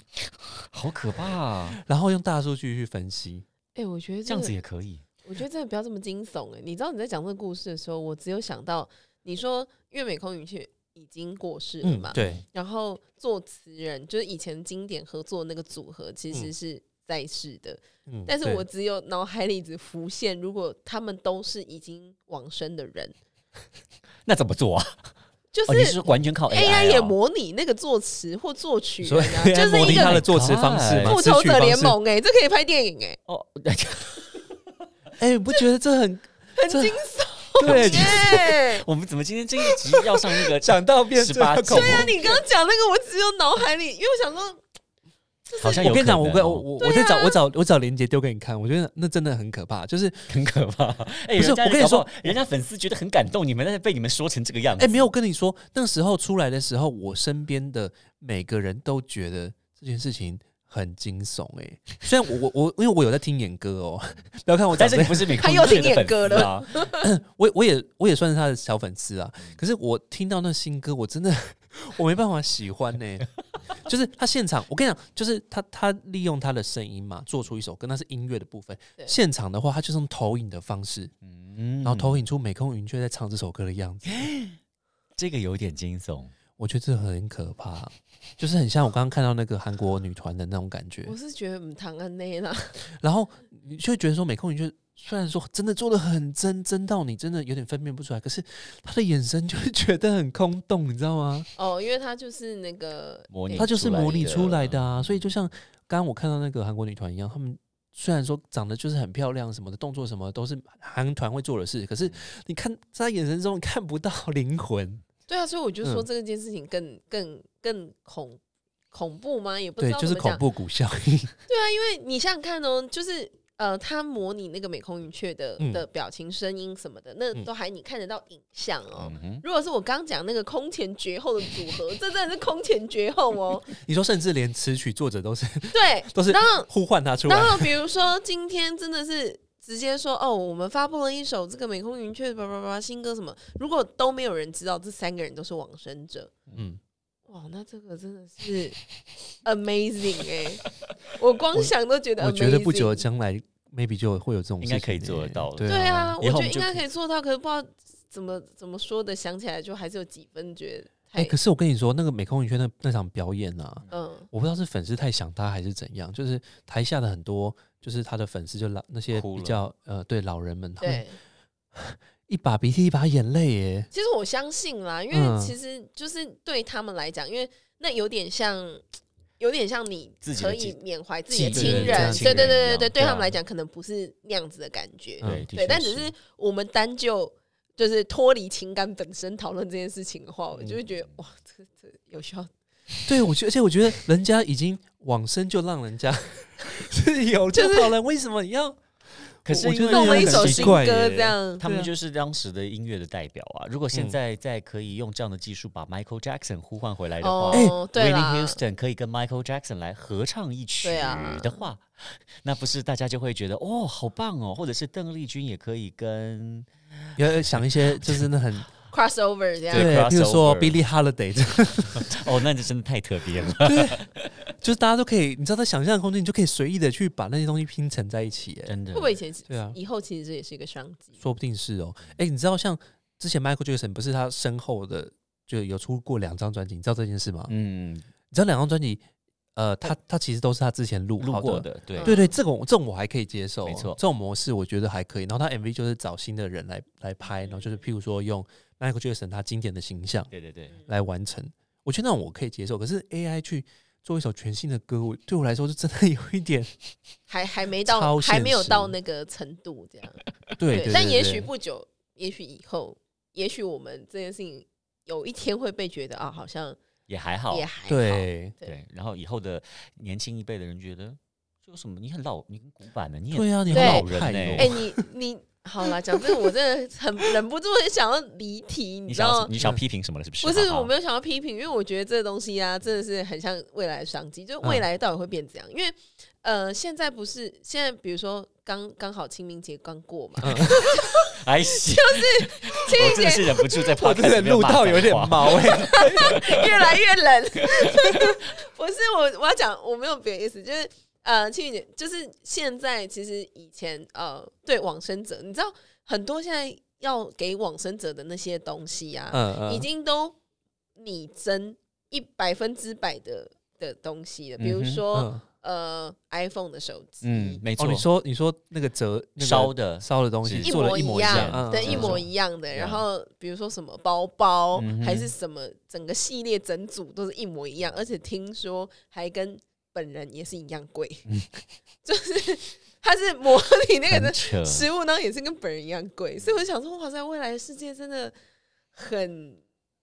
B: 好可怕啊！
A: 然后用大数据去分析。
C: 哎，我觉得
B: 这样子
C: 个，
B: 也可以，
C: 我觉得真的不要这么惊悚哎。你知道你在讲这个故事的时候，我只有想到你说月美空云雀已经过世了
A: 嗯
C: 嘛，，
A: 对，
C: 然后作词人就是以前经典合作那个组合，其实是在世的，
A: 嗯，
C: 但是
A: 对
C: 我只有脑海里只浮现，如果他们都是已经往生的人，
A: 哦
B: 那怎么做啊？
C: 就
B: 哦，
C: 是
B: 你是完全
A: 哎
B: 靠
C: AI 哎也
B: 哦
C: 模拟那个作词或作曲人
A: 所以
C: 啊，
A: AI
C: 就是
A: 模拟
C: 一
A: 他的
C: 个
A: 作词方式嘛，
B: Oh
C: 复
A: 词
C: 仇
A: 曲
C: 者
A: 方
C: 联
A: 式。
C: 盟哎、这可以拍电影哎、
B: 哦，
A: 哎、你不觉得这很
C: 很
A: 这
C: 惊
A: 对？
C: 耶！
B: 我们怎么今天这一集要上那个
A: 想到变
B: 十八
A: 成
B: 集
A: 恐？怖
C: 那啊你刚刚讲那个，我只有脑海里，因为我想说，
B: 好像有
A: 我跟你讲，
B: 可
A: 我
B: 能
A: 跟
B: 哦
A: 我
C: 啊
A: 我我在找我找我找链接丢给你看，我觉得那真的很可怕。就是
B: 很可怕。哎、
A: 不是
B: 人家
A: 我跟你
B: 搞不好
A: 说，
B: 人家粉丝觉得很感动，你们但是被你们说成这个样子。
A: 哎、没有跟你说，那时候出来的时候，我身边的每个人都觉得这件事情很惊悚、哎，虽然我我我因为我有在听演歌哦， 不要看我
B: 但
A: 长这
B: 是你
A: 样，
B: 不是美
C: 他
B: 空
C: 又
B: 云雀
C: 听
B: 的
C: 演
B: 粉
C: 歌
B: 丝
C: 了
B: 啊？
A: 我我也我也算是他的小粉丝啊。
C: 嗯
A: 可是我听到那新歌，我真的 我没办法喜欢呢、就是他现场，我跟你讲，就是他他利用他的声音嘛，做出一首歌，那是音乐的部分。
C: 对
A: 现场的话，他就是用投影的方式，
B: 嗯，
A: 然后投影出美空云雀在唱这首歌的样子，
B: 这个有点惊悚。
A: 我觉得这很可怕，就是很像我刚刚看到那个韩国女团的那种感觉
C: 我。是觉得嗯，唐安内啦，
A: 然后你就会觉得说，美空云雀虽然说真的做的很真，真到你真的有点分辨不出来，可是她的眼神就会觉得很空洞，你知道吗？
C: 哦，因为他就是那个
B: 模拟
A: 她就是模拟出来的啊，
B: 嗯
A: 所以就像刚刚我看到那个韩国女团一样，她们虽然说长得就是很漂亮，什么的动作什么都是韩团会做的事，可
C: 嗯
A: 是你看在她眼神中你看不到灵魂，
C: 对啊，所以我就说
A: 嗯
C: 这件事情更、更更恐恐怖吗？也不知
A: 对，
C: 道
A: 就
C: 怎
A: 是
C: 么
A: 恐
C: 讲。
A: 怖谷效应。
C: 对啊，因为你想想看哦，就是呃，他模拟那个美空云雀的、
A: 嗯
C: 的表情、声音什么的，那
A: 嗯
C: 都还你看得到影像哦。
B: 嗯哼，
C: 如果是我刚讲那个空前绝后的组合，这真的是空前绝后哦。
A: 你说，甚至连词曲作者都是
C: 对，
A: 都是
C: 然后
A: 呼唤她 出
C: 然
A: 来，
C: 后比如说今天真的是直接说哦，我们发布了一首这个美空云雀叭叭叭新歌什么，如果都没有人知道这三个人都是往生者，
A: 嗯，
C: 哇，那这个真的 是 amazing 哎、我光想都觉得 amazing,
A: 我觉得不久的将来，maybe 就会有这种
B: 应
A: 事情
B: 该
A: 耶，
B: 可以做得到的
A: 对
C: 对啊，我
B: 以后我们
C: 觉得应
B: 就
C: 该可以做到，可是不知道怎么怎么说的，想起来就还是有几分觉得
A: 哎、
C: 太、
A: 可是我跟你说，那个美空云轩那那场表演啊，
C: 嗯
A: 我不知道是粉丝太想他还是怎样，就是台下的很多就是他的粉丝就老那些
B: 哭
A: 比
B: 了
A: 较呃对老人们，他们
C: 对。
A: 一把鼻涕一把眼泪耶，
C: 其实我相信啦，因
A: 嗯
C: 为其实就是对他们来讲，因为那有点像。有点像你
B: 自己的
C: 可
B: 记
C: 以缅怀自己的
B: 记
A: 忆
C: 亲
A: 对
C: 人，
A: 自己
C: 对
B: 的
C: 对
B: 亲人一样对
C: 对对对，对
B: 啊
C: 他们来讲可能不是那样子的感觉，
A: 嗯
B: 对，的
C: 对。
B: 确
C: 但只是我们单就就是脱离情感本身讨论这件事情的话，我就会觉得哇，这这有需要，
A: 对我觉得，而且我觉得人家已经往生就让人家 是有就好了，为什么你要？
B: 可是
A: 我
B: 因
A: 觉
B: 为
A: 得
C: 弄了一
A: 很
C: 首
A: 奇
C: 新
A: 怪
C: 歌
A: 耶
C: 这样，
B: 他
A: 对
B: 们
A: 啊
B: 就是当时的音乐的代表啊！如果现
A: 嗯
B: 在再可以用这样的技术把 Michael Jackson 呼唤回来的话，
C: 哦，
B: 哎
C: 对
B: Whitney
C: 啦，
B: Houston 可以跟 Michael Jackson 来合唱一曲
C: 对啊
B: 的话，那不是大家就会觉得哦，好棒哦，或者是邓丽君也可以跟
A: 要要呃想一些就是 那很
C: crossover 这样，
A: 对
B: 对，
A: 比如说
B: crossover
A: Billy Holiday，这样
B: 哦，那就真的太特别了。
A: 就是大家都可以，你知道在想象的空间，你就可以随意的去把那些东西拼成在一起耶。
B: 真的
C: 会不会以前
A: 对啊，
C: 以后其实这也是一个商机？
A: 说不定是哦。哎、你知道像之前 Michael Jackson 不是他身后的就有出过两张专辑，你知道这件事吗？
B: 嗯，
A: 你知道两张专辑，呃，他他其实都是他之前录
B: 路
A: 好
B: 过。的
C: 嗯
B: 对
A: 对对，这种这种我还可以接受，
B: 没错
A: 这种模式我觉得还可以。然后他 MV 就是找新的人来来拍，然后
B: 嗯
A: 就是譬如说用 Michael Jackson 他经典的形象
B: 对对对，
A: 来完成，我觉得那种我可以接受。可是 AI 去做一首全新的歌，我对我来说就真的有一点
C: 还还没到，
A: 超现实
C: 还没有到那个程度这样。
A: 对对，
C: 但也
A: 对
C: 许不久，也许以后，也许我们这件事情有一天会被觉得啊，好像
B: 也还好
C: 也，还好。
A: 对
B: 对。然后以后的年轻一辈的人觉得，这有什么？你很老，你很古板的，你也
A: 对啊，你
C: 对
A: 好
B: 老人
A: 害
B: 呢
A: 哦
C: 哎、你你好啦，讲这个我真的很忍不住很想要离题，
B: 你
C: 知
B: 想要
C: 道。
B: 你想要批评什么了？是不是？
C: 不是，
B: 好好
C: 我没有想要批评，因为我觉得这个东西啊，真的是很像未来的商机，就
B: 嗯
C: 未来到底会变怎样？因为呃，现在不是现在，比如说刚刚好清明节刚过嘛，
B: 哎，就是
C: 清
B: 我
C: 明
B: 真的
C: 节
B: 是忍不住在
A: 我
B: podcast
A: 真的
B: 里面
A: 录
B: 骂
A: 到有
B: 脏
A: 点
B: 话
A: 毛哎、
C: 越来越冷。不是我，我要讲，我没有别的意思，就是呃，庆姐，就是现在其实以前呃，对往生者，你知道很多现在要给往生者的那些东西啊，
A: 嗯嗯，
C: 已经都拟真一百分之百的的东西了，比如
B: 嗯哼
C: 说、
A: 嗯
C: 呃 iPhone 的手机，
B: 嗯，没
A: 哦，
B: 错，
A: 你说你说那个折那个
B: 烧的
A: 烧的东西
B: 是
C: 一
A: 做
C: 模
A: 的一模
C: 一
A: 一
C: 样，
A: 嗯
C: 对，
A: 嗯
C: 一
A: 嗯
C: 模
A: 嗯
C: 一样的。然
B: 嗯
C: 后比如说什么包包、
B: 嗯哼
C: 还是什么，整个系列整组都是一模一样，而且听说还跟本人也是一样贵， 就是它是模拟那个
B: 很
C: 的
B: 扯，
C: 食物呢，也是跟本人一样贵。所以我想说，哇塞，未来的世界真的很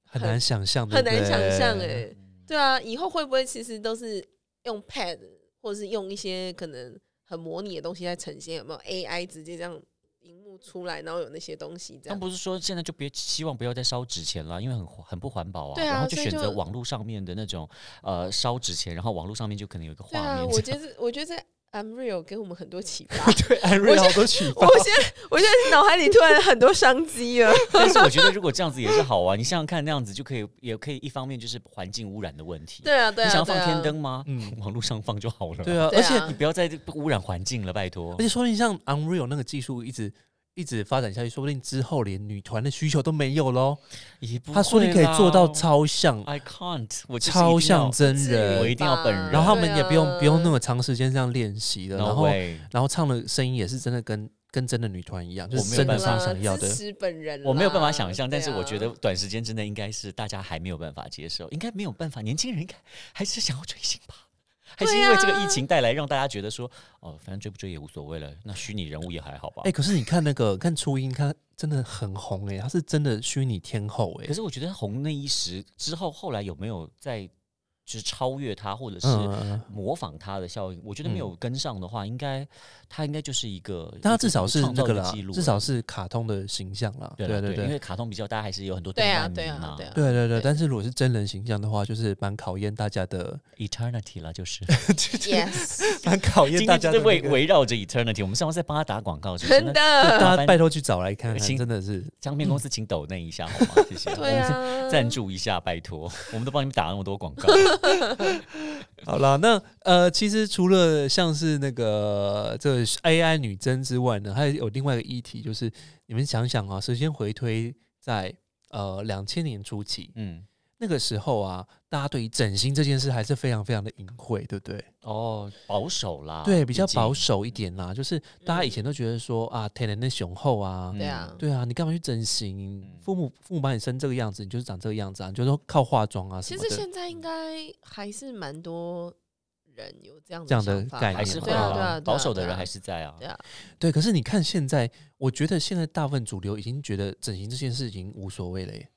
A: 很难想象，
C: 很
A: 对
C: 难
A: 不对
C: 想象哎、对啊，以后会不会其实都是用 Pad 或者是用一些可能很模拟的东西来呈现？有没有 AI 直接这样荧幕出来，然后有那些东西这
B: 但
C: 样？
B: 不是说现在就别希望不要再烧纸钱了，因为很很不环保啊。
C: 对啊
B: 然后就
C: 所以
B: 选择
C: 就
B: 网络上面的那种呃烧纸钱，然后网络上面就可能有一个
C: 对
B: 画
C: 啊，
B: 面。
C: 我 觉得我觉得这 Unreal 给我们很多启 发。
A: 对，艾瑞好多启发
C: 我，现在我现在脑海里突然很多商机了。
B: 但是我觉得如果这样子也是好啊，你想想看，那样子就可以，也可以一方面就是环境污染的问题。
C: 对啊，对
B: 你
C: 啊，
B: 想要放
C: 对啊
B: 天，灯吗？
A: 嗯
B: 网络上放就好了。
A: 对啊，
C: 对
A: 而
C: 啊
A: 且
B: 你不要再污染环境了，拜托
A: 而。且说不定像 Unreal 那个技术一直一直发展下去，说不定之后连女团的需求都没有喽。
B: 也不
A: 他说你可以做到
B: 会啦
A: 超像，
B: ，I can't，我就是一定要
A: 超像真
B: 我
A: 人，
B: 一定要本人
A: 然后他们
C: 对啊
A: 也不用不用那么长时间这样练习了，然
B: No
A: 后
B: way，
A: 然后唱的声音也是真的跟跟真的女团一样，就
B: 我
A: 是
B: 没有
A: 真
B: 办
A: 的上
B: 法
A: 想要的
C: 支。持本人啦，
B: 我没有办法想象，
C: 对
B: 但
C: 嗯啊
B: 是我觉得短时间之内应该是大家还没有办法接受，应该没有办法，年轻人应该还是想要追星吧。还是
C: 对
B: 因为
C: 啊
B: 这个疫情带来让大家觉得说，哦，反正追不追也无所谓了，那虚拟人物也还好吧
A: 哎、。可是你看那个看初音，他真的很红哎、他是真的虚拟天后哎、
B: 可是我觉得红那一时之后，后来有没有在就是超越他，或者是
A: 嗯嗯嗯
B: 模仿他的效应？我觉得没有跟上的话，应该嗯他应该就是一个，
A: 但他至少是那个
B: 了
A: 啦，，至少是卡通的形象啦。
B: 对
A: 对
B: 啦对因
A: 对
B: 为卡通比较大，还是有很多
C: 对啊，
B: 动漫
C: 对
B: 迷嘛
C: 啊，对啊，
A: 对对对
C: 对
A: 但是如果是真人形象的话，就是蛮考验大家的，
B: ，eternity 啦，就是。
C: 啊 ，yes，
A: 蛮考验
B: 今
A: 大
B: 天
A: 家
B: 就
A: 的
B: 是
A: 那个、
B: 围围绕着 eternity，我们上次在帮他打广告，是不是那
C: 真的，
A: 大
B: 麻
A: 家
B: 烦
A: 拜托去找来看看，
B: 请
A: 真的是
B: 唱片公司请抖那一下好吗？谢谢。
C: 对啊，
B: 赞助一下，拜托，我们都帮你们打那么多广 告。
A: 好啦，那呃，其实除了像是那个这个 AI 女真之外呢，还有另外一个议题，就是你们想想啊，时间回推在呃两千年初期
B: 嗯，
A: 那个时候啊，大家对于整形这件事还是非常非常的隐晦，对不对？
B: 哦，保守啦，
A: 对，比较
B: 毕竟
A: 保。守一点啦，就是大家以前都觉得说啊，天然那雄厚啊
B: 嗯。
C: 对啊，
A: 对啊，你干嘛去整形
B: 嗯？
A: 父母父母把你生这个样子，你就是长这个样子啊，你就说靠化妆啊什
C: 其
A: 么
C: 实
A: 的。
C: 现在应该还是蛮多人有这样
A: 这样的
C: 想法
A: 概念
B: 还是会
C: 对啊
B: 啦
C: 对啊对啊
B: 保守的
C: 对啊
B: 人还是在啊
C: 对。啊，
A: 对，可是你看现在，我觉得现在大部分主流已经觉得整形这件事情无所谓了耶。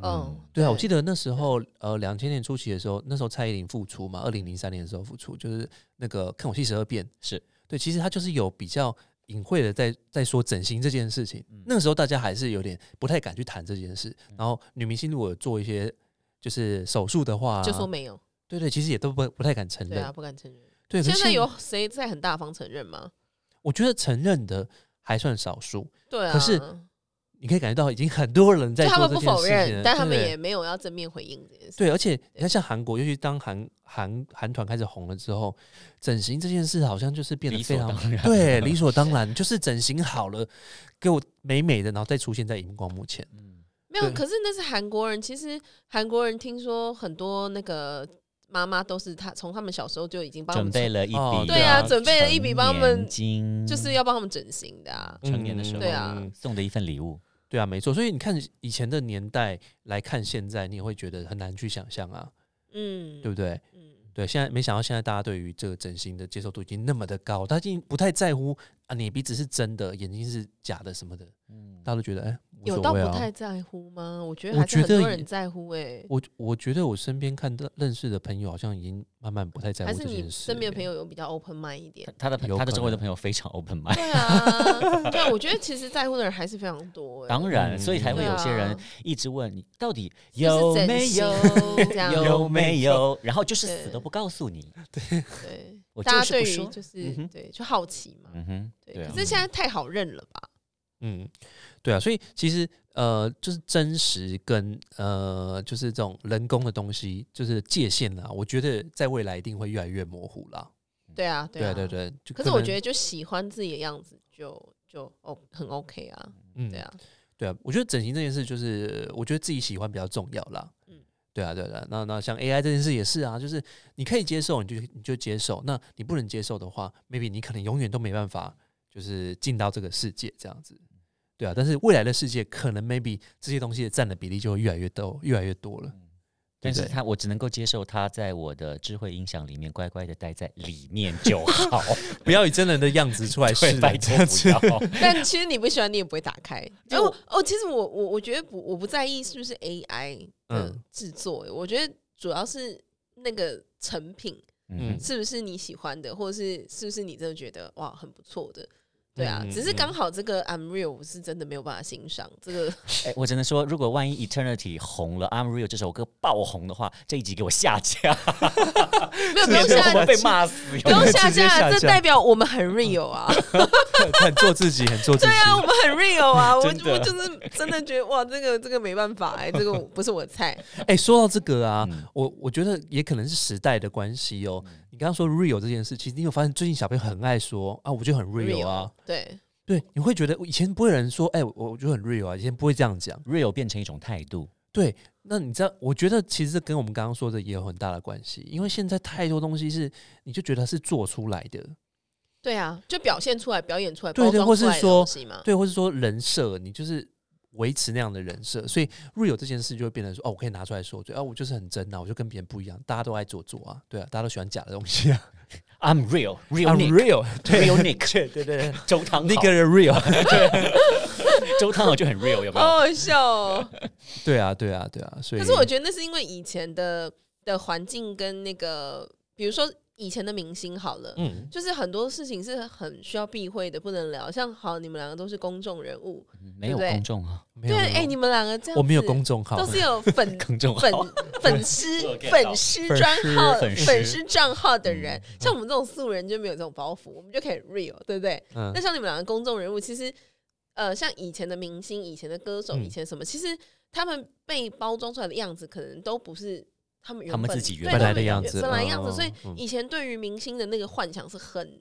C: 嗯，
A: 对啊，我记得那时候，呃，两千年初期的时候，那时候蔡依林复出嘛，二零零三年的时候复出，就是那个《看我七十二变》
B: 是
A: 对，其实他就是有比较隐晦的在在说整形这件事情。
C: 嗯
A: 那个时候大家还是有点不太敢去谈这件事。然后女明星如果有做一些就是手术的话，啊
C: 就说没有，
A: 对对，其实也都不不太敢承
C: 对
A: 认
C: 啊，。不敢承认。
A: 对，可是
C: 现在有谁在很大方承认吗？
A: 我觉得承认的还算少数。
C: 对啊，
A: 可是你可以感觉到已经很多人在
C: 就他
A: 做
C: 们
A: 这
C: 不
A: 件
C: 否
A: 事情
C: 认
A: 了，
C: 但他们
A: 对
C: 也没有要正面回应这件事。
A: 对，而且你看，像韩国，尤其当韩韩韩团开始红了之后，整形这件事好像就是变得
B: 理所
A: 非常
B: 当然
A: 对，理所当然，就是整形好了，给我美美的，然后再出现在荧光幕前。
B: 嗯
C: 没有，
A: 对
C: 可是那是韩国人。其实韩国人听说很多那个妈妈都是他从他们小时候就已经帮他
B: 准
C: 们
B: 备了一
A: 哦
B: 笔，
A: 对啊
C: 准备了一笔帮他们
B: 金，
C: 就是要帮他们整形的啊。
B: 成年的时候
C: 对啊
A: 嗯
B: 送的一份礼物。
A: 对啊，没错。所以你看以前的年代来看现在，你也会觉得很难去想象啊，
C: 嗯，
A: 对不对？
C: 嗯，
A: 对，现在没想到现在大家对于这个整形的接受度已经那么的高，他已经不太在乎啊，你鼻子是真的，眼睛是假的什么的，
B: 嗯，
A: 大家都觉得哎，无
C: 有
A: 所
C: 到
A: 谓
C: 不
A: 啊
C: 太在乎吗？我觉得
A: 我
C: 还是很
A: 觉得
C: 多
A: 也
C: 人在乎欸诶、
A: 我我觉得我身边看到认识的朋友，好像已经慢慢不太在
C: 还
A: 乎
C: 是
A: 这件
C: 你
A: 事。
C: 身边的朋，友有比较 open mind 一点
B: 他？他的
A: 有
B: 他的
A: 可
B: 周围的
A: 能
B: 朋友非常 open mind，
C: 对啊，对，我觉得其实在乎的人还是非常多、欸。
B: 当然，所以才会
C: 对
B: 有些人
C: 啊
B: 一直问你到底
C: 是
B: 有
C: 整
B: 没
C: 形
B: 有
C: 这样
B: 有没有，然后就是
C: 对
B: 死都不告诉你，
C: 对，
B: 我
C: 大
B: 就
C: 家
B: 是
C: 对
B: 不
C: 于
B: 说。
C: 就是
B: 嗯、哼
C: 对就好奇嘛，
B: 嗯哼，
C: 对。
B: 对啊
C: 可是现在太好认了吧？
A: 嗯，对啊，所以其实呃，就是真实跟呃，就是这种人工的东西，就是界限啦，我觉得在未来一定会越来越模糊啦。
B: 嗯
C: 对啊，
A: 对
C: 啊，
A: 对。对，就
C: 可是我觉
A: 得，
C: 得就喜欢自己的样子就就哦很 OK 啊，
A: 嗯
C: 对啊，
A: 对啊，我觉得整形这件事，就是我觉得自己喜欢比较重要啦。嗯
C: 嗯，
A: 对啊，对啊对啊。那那像 AI 这件事也是啊，就是你可以接受，你就你就接受；那你不能接受的话，maybe 你可能永远都没办法，就是进到这个世界这样子。对啊，但是未来的世界可能 maybe 这些东西的占的比例就会越来越多，越来越多
B: 嗯
A: 了。
B: 但是
A: 对
B: 他我只能够接受他在我的智慧音响里面乖乖的待在里面就好，
A: 不要以真人的样子出来
B: 对
A: 示
B: 拜
A: 人，
B: 托
A: 这样子。
B: 不要。
C: 但其实你不喜欢，你也不会打开。
B: 就
C: 然后 哦，其实我我我觉得不，我不在意是不是 AI 的
A: 嗯
C: 制作、我觉得主要是那个成品
A: 嗯
B: 嗯，
C: 是不是你喜欢的，或者是是不是你真的觉得哇很不错的。对啊，
A: 嗯
C: 只是刚好这个 I'm real 我是真的没有办法欣赏这个，
B: 哎，我只能说，如果万一 Eternity 红了，《I'm Real》这首歌爆红的话，这一集给我下 架，
C: 没有不用
B: 免得我
C: 下
B: 们被骂死。
C: 不用下
A: 直接下
C: 架，这
A: 架
C: 代表我们很 real 啊。
A: 很做自己，很做自己
C: 对。 啊，我们很 real 啊，我
B: 真的
C: 我就是真的觉得哇，这个这个没办法哎、这个不是我菜。
A: 哎、说到这个啊，
B: 嗯
A: 我我觉得也可能是时代的关系哦。你刚刚说 real 这件事，其实你有发现最近小朋友很爱说啊，我就很 real 啊。
C: 对，
A: 对，你会觉得以前不会有人说，哎、我我就很 real 啊，以前不会这样讲。
B: Real 变成一种态度，
A: 对，那你知道，我觉得其实跟我们刚刚说的也有很大的关系，因为现在太多东西是你就觉得它是做出来的，
C: 对啊，就表现出来、表演出来、
A: 对对
C: 包装出来
A: 或
C: 的
A: 是说
C: 东西嘛。
A: 对，或是说人设，你就是维持那样的人设，所以 real 这件事就会变成说，哦，我可以拿出来说，对啊，我就是很真啊，我就跟别人不一样，大家都爱做作啊，对啊，大家都喜欢假的东西啊
B: I'm real, real
A: ，I'm
B: Nick,
A: real，对
B: real Nick，
A: 对对对，
B: 周汤
A: 那
B: 豪
A: 个，人 real，
B: 周汤豪就很 real，有没有？
C: 好好笑哦。
A: 对啊对啊对啊，所以
C: 可是我觉得那是因为以前的的环境跟那个，比如说以前的明星好了，
A: 嗯
C: 就是很多事情是很需要避讳的，不能聊。像好，你们两个都是公众人物，
B: 没有
C: 对不对
B: 公众啊，
A: 没
C: 对，
A: 有，
C: 哎、
A: 没有
C: 你们两个这样子，
A: 我没有公众号
C: 都，是 有粉
B: 公众
C: 粉
B: 号。
C: 粉丝
B: 我 get 到
C: 粉丝专号
B: 粉丝
C: 粉丝账号的人，
A: 嗯
C: 像我们这种素人就没有这种包袱，我们就可以 real，对不对？
A: 嗯
C: 那像你们两个公众人物，其实呃，像以前的明星、以前的歌手、
A: 嗯
C: 以前什么，其实他们被包装出来的样子，可能都不是他们原
B: 他们
C: 本
B: 自己
C: 对
B: 原
A: 本
C: 他
A: 来
C: 们
A: 的样
C: 原
A: 子，
C: 本来样子，
A: 哦
C: 所以
A: 嗯
C: 以前对于明星的那个幻想是很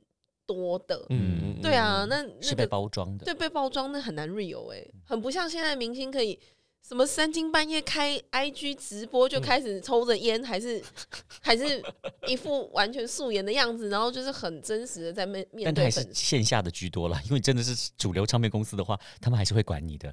C: 多的，
A: 嗯嗯
C: 对啊，那
B: 是
C: 那
B: 被
C: 个
B: 包装的，嗯
C: 对被包装那很难 real 哎、很不像现在明星可以什么三更半夜开 IG 直播
B: 嗯
C: 就开始抽着烟，还是还是一副完全素颜的样子，然后就是很真实的在面面
B: 但他还
C: 对
B: 是
C: 粉丝
B: 线下的居多啦。因为真的是主流唱片公司的话，他们还是会管你的。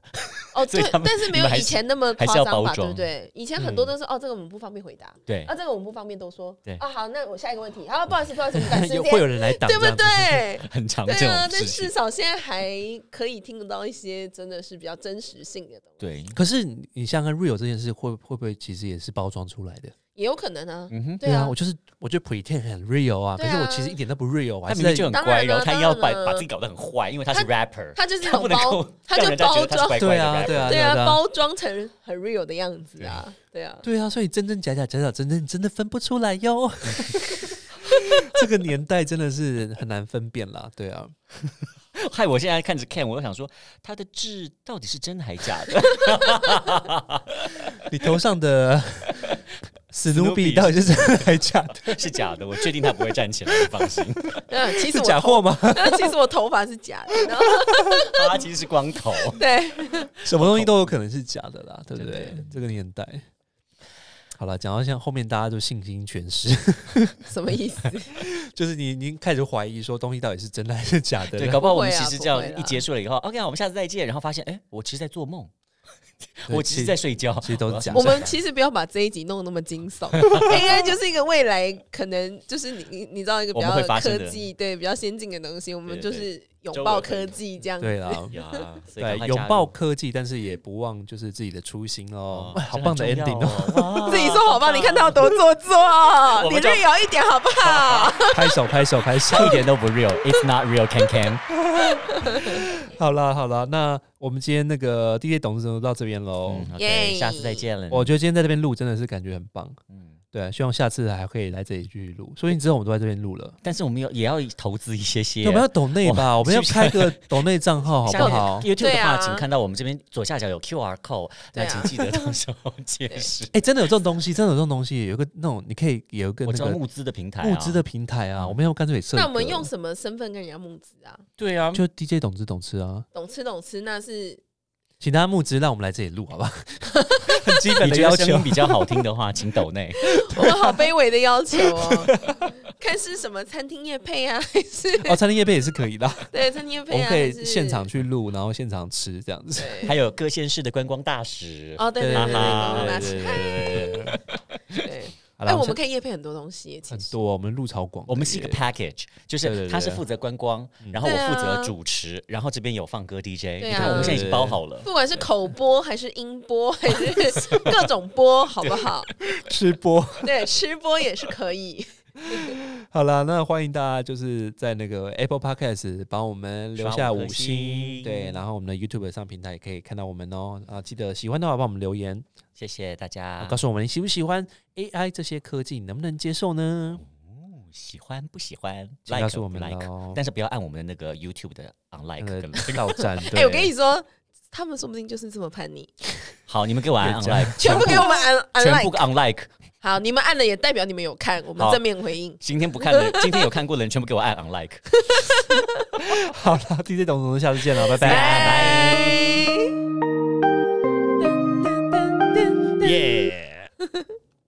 C: 哦，
B: 所以
C: 对
B: 他，们
C: 但是
B: 你
C: 没有
B: 们还
C: 以
B: 是
C: 前那么
B: 还
C: 夸
B: 是要
C: 张
B: 包
C: 吧，对
B: 装嗯
C: 不对？以前很多都是、哦，这个我们不方便回答，
B: 对
C: 啊，，这个我们不方便多说，
B: 对
C: 啊，好，那我下一个问题，好，不好意思，不好意思，我们赶时间，
A: 有会有人来挡，
C: 对不
A: 这样子？
C: 对？
B: 很常这
C: 对
B: 种
C: 啊，但
B: 事情
C: 至。少现在还可以听得到一些真的是比较真实性的东西，
B: 对，
A: 可是你你想想看 real 这件事会会不会其实也是包装出来的？
C: 也有可能啊，
B: 嗯哼，
C: 对啊
A: 我，就是我就 pretend 很 real 啊，
C: 对
A: 可
C: 啊
A: 是我其实一点都不 real 啊，
B: 他
A: 还是
B: 明明就
A: 在
B: 很
C: 当
B: 乖，
C: 然
B: 然后
C: 啦
B: 他要
C: 当
B: 把
C: 然
B: 把
C: 啦
B: 自己搞得很坏，因为他是 rapper，
C: 他就是一
B: 他
C: 种
B: 不能
C: 包
B: 够，
C: 他
B: 让
C: 就
B: 人家觉
C: 包
B: 得他是
C: 装，
B: 乖乖
A: 对
B: 的
A: 啊
B: rapper。
A: 对啊
C: 对啊，
A: 对啊
C: 包装成很 real 的样子啊，对啊，
A: 对啊，所以真真假假，假假真真，真的分不出来哟。 这个年代真的是很难分辨啦，对啊，
B: 害我现在看着 Ken，我都想说他的痣到底是真还假 的？
A: 你头上的史努
B: Snoopy
A: 比到底是真的还是假的？
B: 是假的，我确定他不会站起来，你放 心。
C: 嗯，其实
A: 是
C: 我
A: 假
C: 头，
A: 货吗？
C: 其实我头发是假的，然后
B: 他其实是光头。
C: 对，
A: 什么东西都有可能是假的啦，对不对
B: 真的？
A: 这个年代，好了，讲到像后面大家就信心全失，
C: 什么意思？
A: 就是你已经开始怀疑说东西到底是真的还是假的
B: 对，
A: 了。
B: 搞不好我
C: 不
B: 们
C: 会
B: 其
C: 啊
B: 实
C: 不
B: 这样
C: 会啦
B: 一结束了以后，OK，好我们下次再见，然后发现，哎，我其实在做梦，
A: 对
B: 我其实
A: 其
B: 在睡觉，
A: 其实都是
B: 要
A: 假的
C: 我
B: 上
C: 们
B: 班
C: 其实不要把这一集弄得那么惊悚，AI 就是一个未来可能就是你你你知道一个比
B: 我
C: 较
B: 们会发生
C: 科
B: 的
C: 技对比较先进的东西，我们
B: 对
C: 就
B: 对
C: 是拥
B: 周围
C: 抱
B: 会
C: 科技这样。
A: 对啦，
B: 呀，所以赶
A: 对，
B: 快
A: 拥
B: 加
A: 抱
B: 入
A: 科技，但是也不忘就是自己的初心哦
B: 哦。
A: 哇，好棒的 ending 哦！
B: 哦
C: 自己说好棒，你看他有多做作，啊
B: 我
C: 你
B: 们就
C: real 一点好不好？
A: 拍手，拍手，拍手！
B: 一点都不 real，it's not real can can。
A: 好啦，好啦，那我们今天那个 DJ 董事长就到这边喽。
B: 嗯，OK，
C: 耶
B: 下次再见了。
A: 我觉得今天在这边录真的是感觉很棒，
B: 嗯，
A: 对啊，希望下次还可以来这里继续录。所以你之后我们都在这边录了，
B: 但是我们要也要投资一些些
A: 对，我们要抖内吧，我们要开个抖内账号，好
B: 下
A: 不
B: 面
A: 好？
B: YouTube
C: 对
B: 的话，
C: 啊
B: 请看到我们这边左下角有 QR code，那
C: 对啊
B: 请记得到时候解 释。
A: 哎、真的有这种东西，真的有这种东西，有一个那种你可以有一个
B: 我
A: 那
B: 知道
A: 个
B: 募资的平台啊，
A: 募资的平台啊，我们要干脆也设一个。
C: 那我们用什么身份跟人家募资啊？
B: 对啊，
A: 就 DJ 董吃董吃啊，
C: 懂吃懂吃，那是
A: 请大家募资，让我们来这里录，好吧？很基本
B: 你
A: 的
B: 觉
A: 要
B: 得声
A: 求
B: 音。比较好听的话，请抖 内。
C: 我们好卑微的要求哦。 看是什么餐厅夜配啊，还是
A: 哦，餐厅夜配也是可以的，
C: 对餐厅夜
A: 我
C: 配
A: 们
C: 啊？
A: 可以
C: 还是
A: 现场去录，然后现场吃这样子。
C: 对
B: 还有各县市的观光大使。
C: 哦，对对对对，
B: 啊哈哈
C: 那
A: 对
C: 是
A: 对对对
C: 对。
A: 好
C: 哎，
A: 了，
C: 我们
A: 们
C: 可以夜配很多东西耶，其
A: 很
C: 实
A: 多，我们录超广的耶，
B: 我们是一个 package，就
A: 对对
B: 是
A: 对嗯
B: 他是负责观光，然后我
C: 对啊
B: 负责主持，然后这边有放歌 DJ。你
C: 对啊
B: 看，我们现在已经包好了。
C: 不管是口播还是音播还是各种播，好不好？
A: 吃播。
C: 对，吃播也是可以。
A: 好了，那欢迎大家就是在那个 Apple Podcast 帮我们留下
B: 刷五
A: 五
B: 颗
A: 星，
B: 星
A: 对，然后我们的 YouTube 上平台也可以看到我们哦。啊，记得喜欢的话帮我们留言，
B: 谢谢大家
A: 告。诉我们你喜不喜欢 AI 这些科技，你能不能接受呢？
B: 喜欢不喜欢
A: 嗯请
B: ？like
A: 告诉我们呃
B: like，
A: 喽。
B: 但是不要按我们的那个 YouTube 的 unlike
A: 那
B: 跟 like
A: 个到 站，
C: 哎、
A: 对，
C: 我跟你说，他们说不定就是这么叛逆，
B: 好，你们给我按
A: 对这样
B: unlike，
C: 全部给我们按按
B: 全部
C: like。
B: unlike。
C: 好，你们按了也代表你们有看，我们
B: 好
C: 正面回应。
B: 今天不看 的，今天有看过的人全部给我按 unlike。
A: 好了，DJ 董总，下次见了，拜拜。
C: 拜。
B: 耶！